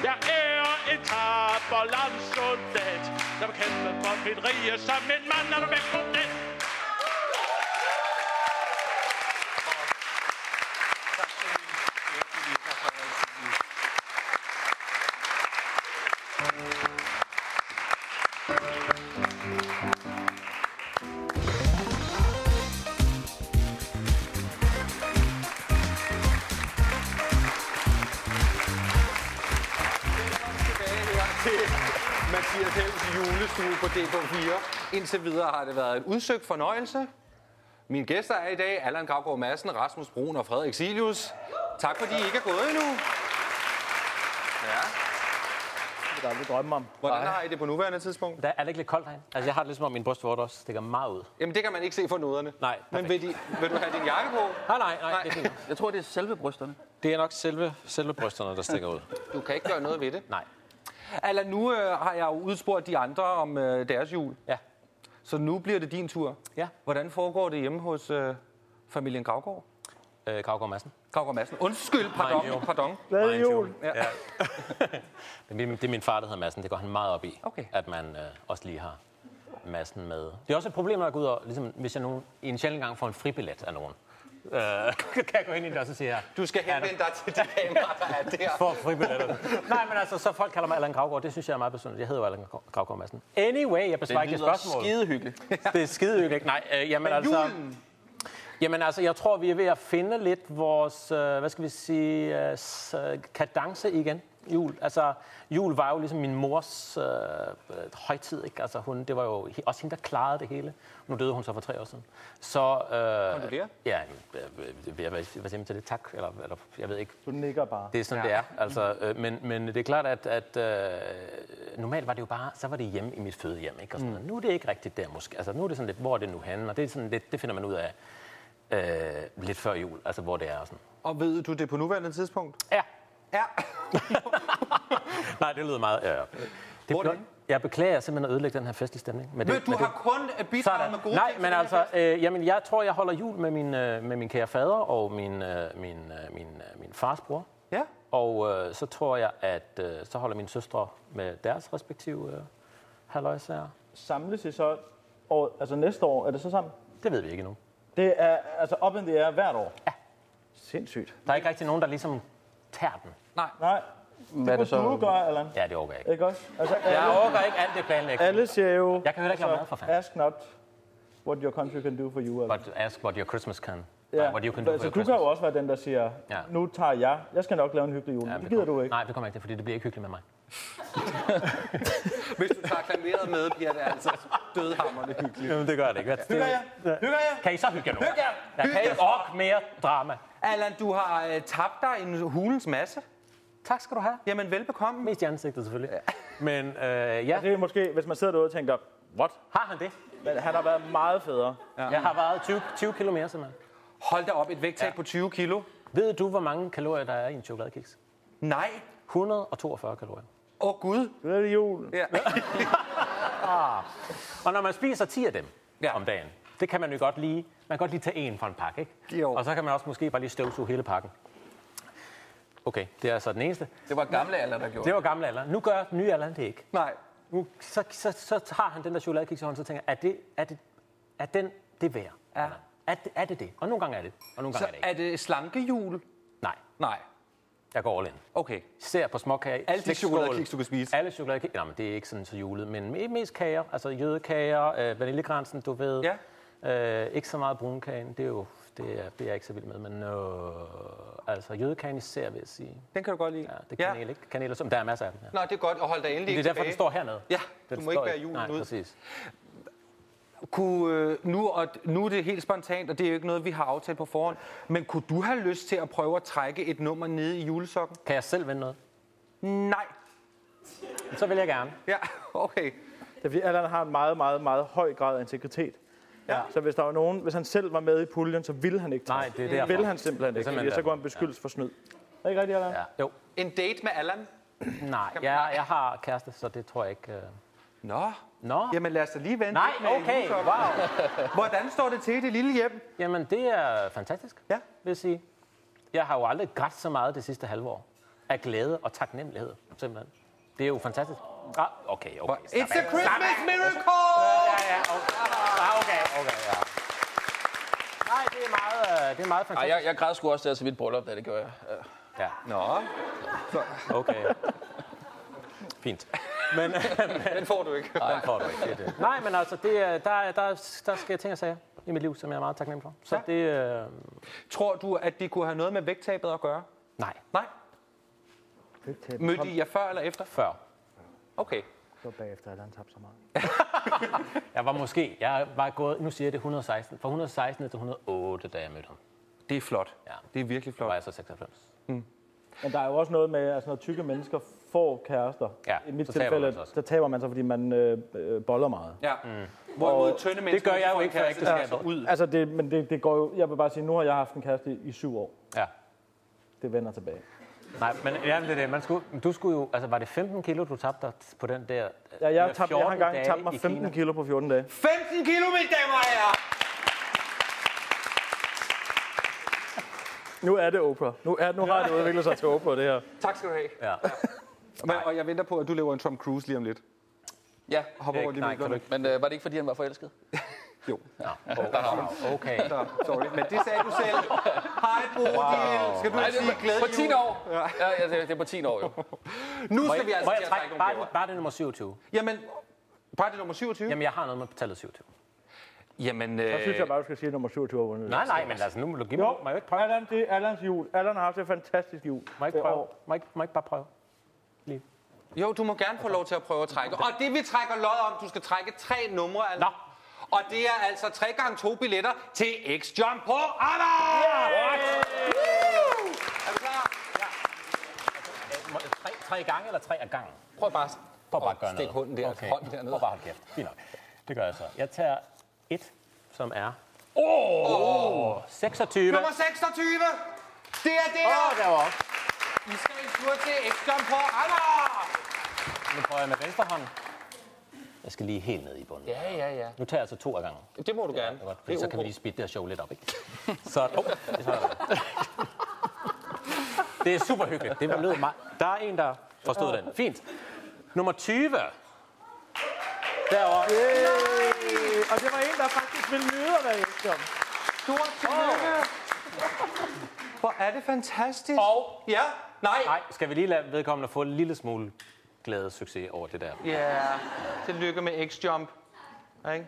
[SPEAKER 2] Jeg er en tapper landsoldat Der vil kæmpe for mit rige som en mand Er du med på den?
[SPEAKER 1] tilbage her til Mathias Helms julestue på DK4. Indtil videre har det været en udsøgt fornøjelse. Mine gæster er i dag Allan Gravgaard Madsen, Rasmus Brun og Frederik Silius. Tak fordi I ikke er gået endnu. Ja.
[SPEAKER 2] jeg aldrig drømme om.
[SPEAKER 1] Hvordan har I det på nuværende tidspunkt?
[SPEAKER 4] Der er det ikke lidt koldt herinde? Altså, jeg har det lidt som om, min brystvorte også stikker meget ud.
[SPEAKER 1] Jamen, det kan man ikke se for noderne.
[SPEAKER 4] Nej,
[SPEAKER 1] Men
[SPEAKER 4] perfekt.
[SPEAKER 1] vil, de, vil du have din jakke på?
[SPEAKER 4] Nej, nej, nej, det er fint.
[SPEAKER 3] Jeg tror, det er selve brysterne.
[SPEAKER 4] Det er nok selve, selve brysterne, der stikker ud.
[SPEAKER 1] Du kan ikke gøre noget ved det.
[SPEAKER 4] Nej.
[SPEAKER 1] Allan, nu øh, har jeg jo udspurgt de andre om øh, deres jul.
[SPEAKER 4] Ja.
[SPEAKER 1] Så nu bliver det din tur.
[SPEAKER 4] Ja.
[SPEAKER 1] Hvordan foregår det hjemme hos øh, familien Gravgaard?
[SPEAKER 4] Øh, Kavgaard Madsen.
[SPEAKER 1] Gravgaard Madsen. Undskyld, pardon,
[SPEAKER 4] Nej, jo.
[SPEAKER 1] pardon.
[SPEAKER 2] Glædelig jul.
[SPEAKER 4] Det er, min, det er min far, der hedder Madsen. Det går han meget op i,
[SPEAKER 1] Okay.
[SPEAKER 4] at man øh, også lige har Madsen med. Det er også et problem, når jeg går ud og, ligesom, hvis jeg nu i en sjældent gang får en fribillet af nogen. Øh, [LAUGHS] kan jeg gå ind i det og så sige her,
[SPEAKER 1] Du skal henvende dig til de kameraer, der er
[SPEAKER 4] [LAUGHS]
[SPEAKER 1] der.
[SPEAKER 4] får fribilletter. Nej, men altså, så folk kalder mig Allan Gravgaard. Det synes jeg er meget personligt. Jeg hedder jo Allan Gravgaard Madsen. Anyway, jeg besvarer ikke det spørgsmål.
[SPEAKER 3] skide hyggeligt.
[SPEAKER 4] Det er skidehyggeligt. Nej, øh, jamen altså...
[SPEAKER 1] Julen!
[SPEAKER 4] Jamen altså, jeg tror, vi er ved at finde lidt vores, øh, hvad skal vi sige, øh, s- øh, kadence igen. Jul. Altså, jul var jo ligesom min mors øh, øh, højtid, ikke? Altså, hun, det var jo he- også hende, der klarede det hele. Nu døde hun så for tre år siden. Så, øh,
[SPEAKER 1] Kondolerer.
[SPEAKER 4] Ja, øh, øh, jeg, jeg, jeg, jeg, jeg til det, tak. Eller, eller, jeg ved ikke,
[SPEAKER 2] Du nikker bare.
[SPEAKER 4] det er sådan, ja. det er. Altså, øh, men, men det er klart, at, at øh, normalt var det jo bare, så var det hjemme i mit fødehjem. Ikke? Og sådan, mm. Nu er det ikke rigtigt der måske. Altså, nu er det sådan lidt, hvor er det nu henne? Og det, er sådan lidt, det finder man ud af øh, lidt før jul, altså hvor det er. og Sådan.
[SPEAKER 1] Og ved du det på nuværende tidspunkt?
[SPEAKER 4] Ja.
[SPEAKER 1] Ja.
[SPEAKER 4] Nej, det lyder meget. Ja. ja. Det,
[SPEAKER 1] Øh, Hvor er det
[SPEAKER 4] blot- jeg beklager simpelthen at ødelægge den her festlige stemning. Men
[SPEAKER 1] Men du
[SPEAKER 4] men
[SPEAKER 1] har kun bidraget
[SPEAKER 4] Sådan.
[SPEAKER 1] med gode
[SPEAKER 4] Nej,
[SPEAKER 1] ting til
[SPEAKER 4] men
[SPEAKER 1] den her
[SPEAKER 4] altså, øh, jamen, jeg tror, jeg holder jul med min, øh, med min kære fader og min, øh, min, øh, min, øh, min fars bror.
[SPEAKER 1] Ja.
[SPEAKER 4] Og øh, så tror jeg, at øh, så holder mine søstre med deres respektive øh, halvøjsager.
[SPEAKER 2] Samles I så år, altså næste år, er det så sammen?
[SPEAKER 4] Det ved vi ikke endnu.
[SPEAKER 2] Det er altså op in the air hvert år? Ja. Sindssygt.
[SPEAKER 4] Der er ikke rigtig nogen, der ligesom tager den.
[SPEAKER 2] Nej,
[SPEAKER 3] Hvad er
[SPEAKER 2] det
[SPEAKER 3] det
[SPEAKER 2] kunne du
[SPEAKER 3] så?
[SPEAKER 2] gøre, Allan.
[SPEAKER 4] Ja, det overgår jeg ikke.
[SPEAKER 2] Ikke også? Altså,
[SPEAKER 4] Jeg
[SPEAKER 2] alle,
[SPEAKER 4] overgår ikke alt det planlægning.
[SPEAKER 2] alle siger jo...
[SPEAKER 4] Jeg kan heller ikke lave mad, for fanden.
[SPEAKER 2] Ask not what your country can do for you. Allan.
[SPEAKER 4] But ask what your Christmas can. Yeah. what you can do for
[SPEAKER 2] altså,
[SPEAKER 4] your
[SPEAKER 2] du kan
[SPEAKER 4] Christmas.
[SPEAKER 2] jo også være den, der siger,
[SPEAKER 4] Ja.
[SPEAKER 2] nu tager jeg, jeg skal nok lave en hyggelig jul.
[SPEAKER 4] Ja,
[SPEAKER 2] Ja, det
[SPEAKER 4] men
[SPEAKER 2] gider
[SPEAKER 4] kommer-
[SPEAKER 2] du ikke.
[SPEAKER 4] Nej, det kommer jeg ikke til, fordi det bliver ikke hyggeligt med mig.
[SPEAKER 1] Hvis du tager klaveret med, bliver det altså dødhammerne hyggeligt.
[SPEAKER 4] Jamen, det gør det ikke.
[SPEAKER 1] Hygger jeg? Hygger jeg?
[SPEAKER 4] Kan I så hygge jer nu?
[SPEAKER 1] Hygge jer!
[SPEAKER 4] Jeg kan ikke ork mere drama.
[SPEAKER 1] Allan, du har øh, tabt dig en hulens masse.
[SPEAKER 4] Tak skal du have.
[SPEAKER 1] Jamen, velbekomme.
[SPEAKER 4] Mest i ansigtet, selvfølgelig. Men øh, ja,
[SPEAKER 2] Altså, Det er måske, hvis man sidder derude og tænker, what?
[SPEAKER 4] har han det?
[SPEAKER 2] Men han har været meget federe.
[SPEAKER 4] Jeg har vejet 20, 20 kilo mere, simpelthen.
[SPEAKER 1] Hold da op, et vægttab
[SPEAKER 4] Ja.
[SPEAKER 1] på 20 kilo.
[SPEAKER 4] Ved du, hvor mange kalorier der er i en chokoladekiks?
[SPEAKER 1] Nej.
[SPEAKER 4] 142 kalorier.
[SPEAKER 1] Åh, oh, Gud.
[SPEAKER 2] Glædelig jul.
[SPEAKER 1] Ja.
[SPEAKER 4] Og når man spiser 10 af dem
[SPEAKER 1] Ja.
[SPEAKER 4] ja. om dagen, det kan man jo godt lige, man kan godt lige tage en fra en pakke, ikke?
[SPEAKER 1] Jo.
[SPEAKER 4] Og så kan man også måske bare lige støvsuge hele pakken. Okay, det er altså den eneste.
[SPEAKER 3] Det var gamle alder, der gjorde
[SPEAKER 4] Det var gamle alder. Nu gør den nye alder det ikke.
[SPEAKER 1] Nej.
[SPEAKER 4] Nu, så, så, så tager han den der chokoladekiks i hånden, så tænker jeg, er, det, er, det, er den det værd?
[SPEAKER 1] Ja.
[SPEAKER 4] Allan? Er, det- er det det? Og nogle gange er det, og nogle gange
[SPEAKER 1] Så
[SPEAKER 4] er det ikke.
[SPEAKER 1] er det slankejul?
[SPEAKER 4] Nej,
[SPEAKER 1] Nej.
[SPEAKER 4] jeg går all in.
[SPEAKER 1] Okay.
[SPEAKER 4] Ser på småkager.
[SPEAKER 1] Alle de
[SPEAKER 4] slikskål.
[SPEAKER 1] chokoladekiks, du kan spise.
[SPEAKER 4] Alle chokoladekiks. Nej, men det er ikke sådan så julet, men me- mest kager. Altså jødekager, øh, vaniljekransen, du ved.
[SPEAKER 1] Ja.
[SPEAKER 4] Øh, ikke så meget brunkagen. Det er jo det er, det er jeg ikke så vild med, men øh, altså jødekagen især, vil jeg sige.
[SPEAKER 1] Den kan du godt lide.
[SPEAKER 4] Ja, det er kanel, ikke? Kanel og sum. Der er masser af dem. Ja.
[SPEAKER 1] Nå, det er godt. Og hold dig endelig
[SPEAKER 4] Det er
[SPEAKER 1] ikke
[SPEAKER 4] derfor, den
[SPEAKER 1] tilbage.
[SPEAKER 4] står hernede.
[SPEAKER 1] Ja,
[SPEAKER 4] Den
[SPEAKER 1] du må ikke
[SPEAKER 4] står
[SPEAKER 1] bære julen
[SPEAKER 4] Nej,
[SPEAKER 1] ud.
[SPEAKER 4] præcis.
[SPEAKER 1] Kunne, øh, nu, og, nu er det helt spontant, og det er jo ikke noget, vi har aftalt på forhånd. Men kunne du have lyst til at prøve at trække et nummer nede i julesokken?
[SPEAKER 4] Kan jeg selv vende noget?
[SPEAKER 1] Nej.
[SPEAKER 4] Så vil jeg gerne.
[SPEAKER 1] Ja, [LAUGHS] okay.
[SPEAKER 2] Det er fordi, Allan har en meget, meget, meget høj grad af integritet. Ja. Så hvis der var nogen, hvis han selv var med i puljen, så ville han ikke
[SPEAKER 4] Nej,
[SPEAKER 2] trække.
[SPEAKER 4] det er derfor.
[SPEAKER 2] Vil han simpelthen
[SPEAKER 4] Det er
[SPEAKER 2] ikke,
[SPEAKER 4] simpelthen
[SPEAKER 2] fordi så
[SPEAKER 4] derfor.
[SPEAKER 2] går han beskyldes for snyd. Er ikke rigtigt, Allan?
[SPEAKER 4] Ja. Jo.
[SPEAKER 1] En date med Allan?
[SPEAKER 4] Nej, jeg, jeg har kæreste, så det tror jeg ikke... øh.
[SPEAKER 1] Nå.
[SPEAKER 4] Nå.
[SPEAKER 1] Jamen lad os da lige vente
[SPEAKER 4] Nej,
[SPEAKER 1] lidt med
[SPEAKER 4] okay,
[SPEAKER 1] julesokken.
[SPEAKER 4] wow.
[SPEAKER 1] [LAUGHS] Hvordan står det til i det lille hjem?
[SPEAKER 4] Jamen, det er fantastisk,
[SPEAKER 1] Ja.
[SPEAKER 4] vil jeg sige. Jeg har jo aldrig grædt så meget det sidste halve år. Af glæde og taknemmelighed, simpelthen. Det er jo fantastisk. Ah, okay, okay. Slap
[SPEAKER 1] It's a
[SPEAKER 4] af.
[SPEAKER 1] Christmas miracle!
[SPEAKER 4] Ja, ja, okay. Ah, okay, okay, ja. Nej, det er meget, øh, det er meget
[SPEAKER 3] Ej,
[SPEAKER 4] fantastisk.
[SPEAKER 3] jeg, jeg græd sgu også der til mit bryllup, da det gjorde jeg. Øh,
[SPEAKER 4] Ja,
[SPEAKER 1] Nå,
[SPEAKER 4] okay. Fint. Men,
[SPEAKER 1] den får du ikke.
[SPEAKER 4] Nej, får du ikke. Det er det. Nej, men altså, det, er- der, er- der, er- der sker ting og sager i mit liv, som jeg er meget taknemmelig for. Så
[SPEAKER 1] Ja.
[SPEAKER 4] ja. det... Øh,
[SPEAKER 1] Tror du, at det kunne have noget med vægttabet at gøre?
[SPEAKER 4] nej,
[SPEAKER 1] Nej. Mødte I jer før eller efter?
[SPEAKER 4] før.
[SPEAKER 1] Okay.
[SPEAKER 2] Det var bagefter, Allan tabte så meget.
[SPEAKER 4] Jeg var måske... Jeg var gået... Nu siger jeg det 116. Fra 116 til 108, da jeg mødte ham.
[SPEAKER 1] Det er flot.
[SPEAKER 4] Ja.
[SPEAKER 1] Det er virkelig
[SPEAKER 4] var
[SPEAKER 1] flot.
[SPEAKER 4] jeg så 96.
[SPEAKER 2] Men der er jo også noget med, altså når tykke mennesker få kærester.
[SPEAKER 4] Ja,
[SPEAKER 2] I mit
[SPEAKER 4] så taber
[SPEAKER 2] tilfælde,
[SPEAKER 4] man sig også.
[SPEAKER 2] der taber man sig, fordi man øh, øh, boller meget.
[SPEAKER 1] Ja. Mm. Hvorimod tynde mennesker...
[SPEAKER 4] gør
[SPEAKER 1] de
[SPEAKER 4] jeg jo
[SPEAKER 1] får en
[SPEAKER 4] ikke for
[SPEAKER 1] kæreste, der
[SPEAKER 4] ægteskabet.
[SPEAKER 1] skal ud.
[SPEAKER 2] Altså, det, men det, det går jo... Jeg vil bare sige, nu har jeg haft en kæreste i, i syv år.
[SPEAKER 4] Ja.
[SPEAKER 2] Det vender tilbage.
[SPEAKER 4] Nej, men ja, det er det. Man skulle, men du skulle jo, altså var det 15 kilo, du tabte dig på den der øh,
[SPEAKER 2] Ja, jeg,
[SPEAKER 4] med
[SPEAKER 2] tabte, jeg har
[SPEAKER 4] 14
[SPEAKER 2] engang
[SPEAKER 4] dage
[SPEAKER 2] tabt mig
[SPEAKER 4] i
[SPEAKER 2] 15
[SPEAKER 4] Kina?
[SPEAKER 2] kilo på 14 dage.
[SPEAKER 1] 15 kilo, mine damer og herrer!
[SPEAKER 2] Nu er det Oprah. Nu, er, nu har det udviklet sig til Oprah, det her.
[SPEAKER 1] Tak skal du have.
[SPEAKER 4] Ja.
[SPEAKER 1] Men, og jeg venter på, at du laver en Tom Cruise lige om lidt.
[SPEAKER 3] Ja,
[SPEAKER 1] Hopper
[SPEAKER 4] Ikke-
[SPEAKER 1] over lige
[SPEAKER 4] nej,
[SPEAKER 1] med
[SPEAKER 4] kan du ikke.
[SPEAKER 3] men øh, var det ikke, fordi han var forelsket?
[SPEAKER 1] Jo.
[SPEAKER 4] Okay.
[SPEAKER 1] Så, sorry. Men det sagde du [LAUGHS] selv. Hej, Bodil. Skal du ikke
[SPEAKER 3] Nej, det
[SPEAKER 1] sige
[SPEAKER 3] er
[SPEAKER 1] glædelig
[SPEAKER 3] på 10
[SPEAKER 1] jul?
[SPEAKER 3] år. Ja, ja det, er- det er på 10 år jo.
[SPEAKER 1] Nu
[SPEAKER 4] Må
[SPEAKER 1] skal vi
[SPEAKER 4] jeg,
[SPEAKER 1] altså
[SPEAKER 4] må
[SPEAKER 1] til at trække
[SPEAKER 4] jeg trække
[SPEAKER 1] nogle
[SPEAKER 4] bare,
[SPEAKER 1] gaver.
[SPEAKER 4] bare det nummer 27?
[SPEAKER 1] Jamen, bare det nummer 27.
[SPEAKER 4] Jamen, jeg har noget med tallet 27.
[SPEAKER 1] Jamen, øh,
[SPEAKER 2] Så synes jeg bare, du skal sige, at nummer 27 har vundet.
[SPEAKER 4] Øh. Nej, nej, men altså, nu må du give mig,
[SPEAKER 2] Jo,
[SPEAKER 4] må jeg jo ikke prøve?
[SPEAKER 2] Allan, det er Allans jul. Allan har haft et fantastisk jul.
[SPEAKER 4] Må jeg ikke
[SPEAKER 2] det
[SPEAKER 4] prøve?
[SPEAKER 2] år.
[SPEAKER 4] Må jeg ikke, må jeg ikke bare prøve? Lige.
[SPEAKER 1] Jo, du må gerne få lov til at prøve at trække. Og det vi trækker lod om, du skal trække tre numre. Altså.
[SPEAKER 4] Nå.
[SPEAKER 1] Og det er altså 3 gange 2 billetter til X Jump på Amager! Yeah! Er du klar?
[SPEAKER 4] Må- Tre, tre gange eller tre af gangen?
[SPEAKER 1] Prøv bare.
[SPEAKER 4] Prøv bare at
[SPEAKER 1] Åh,
[SPEAKER 4] gøre
[SPEAKER 1] stik
[SPEAKER 4] noget.
[SPEAKER 1] hunden der- hånden dernede.
[SPEAKER 4] Prøv bare at holde kæft. Fint nok. Det gør jeg så. Jeg tager et, som er... Åh! Oh, 26. Åh,
[SPEAKER 1] Nummer 26! Det er det her!
[SPEAKER 4] der var også.
[SPEAKER 1] I skal en tur til X Jump på Amager!
[SPEAKER 4] Nu prøver jeg med venstre hånd. Jeg skal lige helt ned i bunden.
[SPEAKER 1] Ja, ja, ja.
[SPEAKER 4] Nu tager jeg altså to af gangen.
[SPEAKER 1] Det må du gerne.
[SPEAKER 4] Det er godt, fordi så kan vi lige speede det her show lidt op, ikke? [LAUGHS] Så, oh, det, er det er super hyggeligt. Det lød meget. Der er en, der forstod den. Fint. Nummer 20. Derovre.
[SPEAKER 2] Øh, og det var en, der faktisk ville nyde at være ensom.
[SPEAKER 1] Stort tillykke! Hvor er det fantastisk.
[SPEAKER 4] Og-
[SPEAKER 1] Ja, nej.
[SPEAKER 4] Nej, skal vi lige lade vedkommende få en lille smule glæde succes over det der?
[SPEAKER 1] Ja, tillykke med X-Jump. Ikke?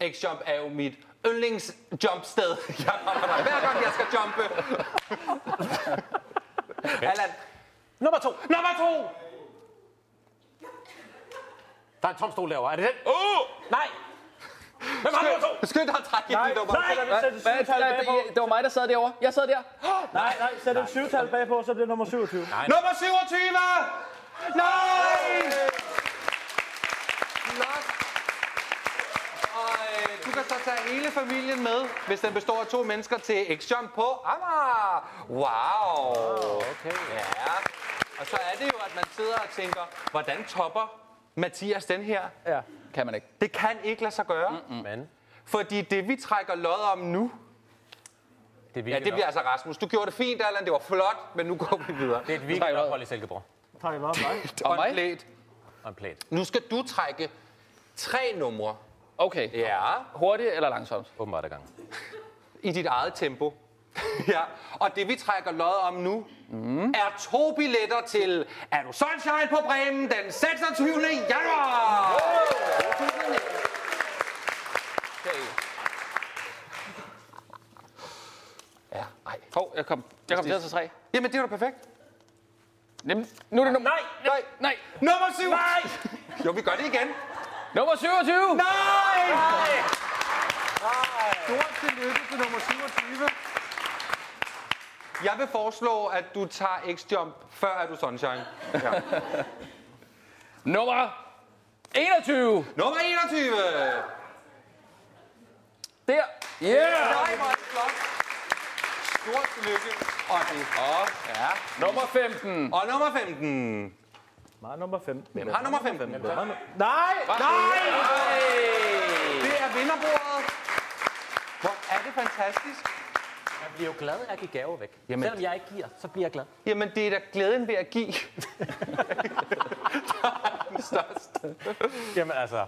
[SPEAKER 4] Ja.
[SPEAKER 1] X-Jump er jo mit yndlingsjumpsted. [LAUGHS] Jeg holder mig hver gang, jeg skal [LAUGHS] jumpe. Allan,
[SPEAKER 4] Nummer to. Nummer to! Der er en tom stol derovre. Er det den? Uh! Nej! Hvem har nummer to?
[SPEAKER 1] skynd dig at trække et
[SPEAKER 2] Nej,
[SPEAKER 1] nyt nummer.
[SPEAKER 2] nej, nej, sæt et
[SPEAKER 3] Hvad,
[SPEAKER 2] syvtal
[SPEAKER 3] nej,
[SPEAKER 2] bagpå.
[SPEAKER 3] det, det var mig, der sad derovre. Jeg sad der.
[SPEAKER 2] Nej, nej, sæt et syvtal bagpå, så bliver det nummer 27.
[SPEAKER 1] Nummer 27! Nej! Flot. Og øh, du kan så tage hele familien med, hvis den består af to mennesker til X-Jump på Amager. Wow!
[SPEAKER 4] Ah, Okay.
[SPEAKER 1] Ja, og så er det jo, at man sidder og tænker, hvordan topper Mathias den her?
[SPEAKER 2] Ja.
[SPEAKER 3] Kan man ikke.
[SPEAKER 1] Det kan ikke lade sig gøre, mm-hmm.
[SPEAKER 4] Men
[SPEAKER 1] fordi det vi trækker lod om nu,
[SPEAKER 4] det er
[SPEAKER 1] ja, det bliver altså Rasmus. Du gjorde det fint, Allan, det var flot, men nu går vi videre.
[SPEAKER 4] Det er et virkelig ophold i Silkeborg.
[SPEAKER 2] Tak i meget. nej.
[SPEAKER 3] Og mig?
[SPEAKER 1] Håndklædt.
[SPEAKER 4] Og en plæt.
[SPEAKER 1] Nu skal du trække tre numre.
[SPEAKER 3] Okay.
[SPEAKER 1] Ja,
[SPEAKER 3] Hurtigt eller langsomt?
[SPEAKER 4] Åbenbart ad gangen.
[SPEAKER 1] i dit eget tempo. [LAUGHS] ja, og det vi trækker lod om nu, mm. er to billetter til Er du Sunshine på Bremen den 26. januar! Okay. Ja, ej.
[SPEAKER 3] Hov, jeg kom, jeg kom til at tage tre.
[SPEAKER 1] Jamen, det var da perfekt.
[SPEAKER 3] Jamen, nu er det nummer...
[SPEAKER 4] Nej!
[SPEAKER 1] Nej.
[SPEAKER 3] Nej!
[SPEAKER 1] Nummer 7!
[SPEAKER 4] Nej!
[SPEAKER 1] Jo, vi gør det igen.
[SPEAKER 3] Nummer 27!
[SPEAKER 1] Nej! Stort tillykke til nummer 27. Jeg vil foreslå, at du tager X-Jump, før er du Sunshine. Ja.
[SPEAKER 3] Nummer 21!
[SPEAKER 1] Nummer 21!
[SPEAKER 3] Der! Yeah!
[SPEAKER 1] Nej, hvor er det flot. Stort tillykke. Og det er ja.
[SPEAKER 3] Nummer 15!
[SPEAKER 1] Og nummer 15.
[SPEAKER 2] Mig nummer 15.
[SPEAKER 1] Hvem har nummer 15? Nej!
[SPEAKER 2] Nej!
[SPEAKER 1] Det er vinderbordet. Hvor er det fantastisk.
[SPEAKER 4] Jeg bliver jo glad af at give gave væk.
[SPEAKER 1] Jamen.
[SPEAKER 4] Jamen. Selvom jeg ikke giver, så bliver jeg glad.
[SPEAKER 1] Jamen, det er da glæden ved at give. [LAUGHS] Der er den største.
[SPEAKER 4] Jamen altså,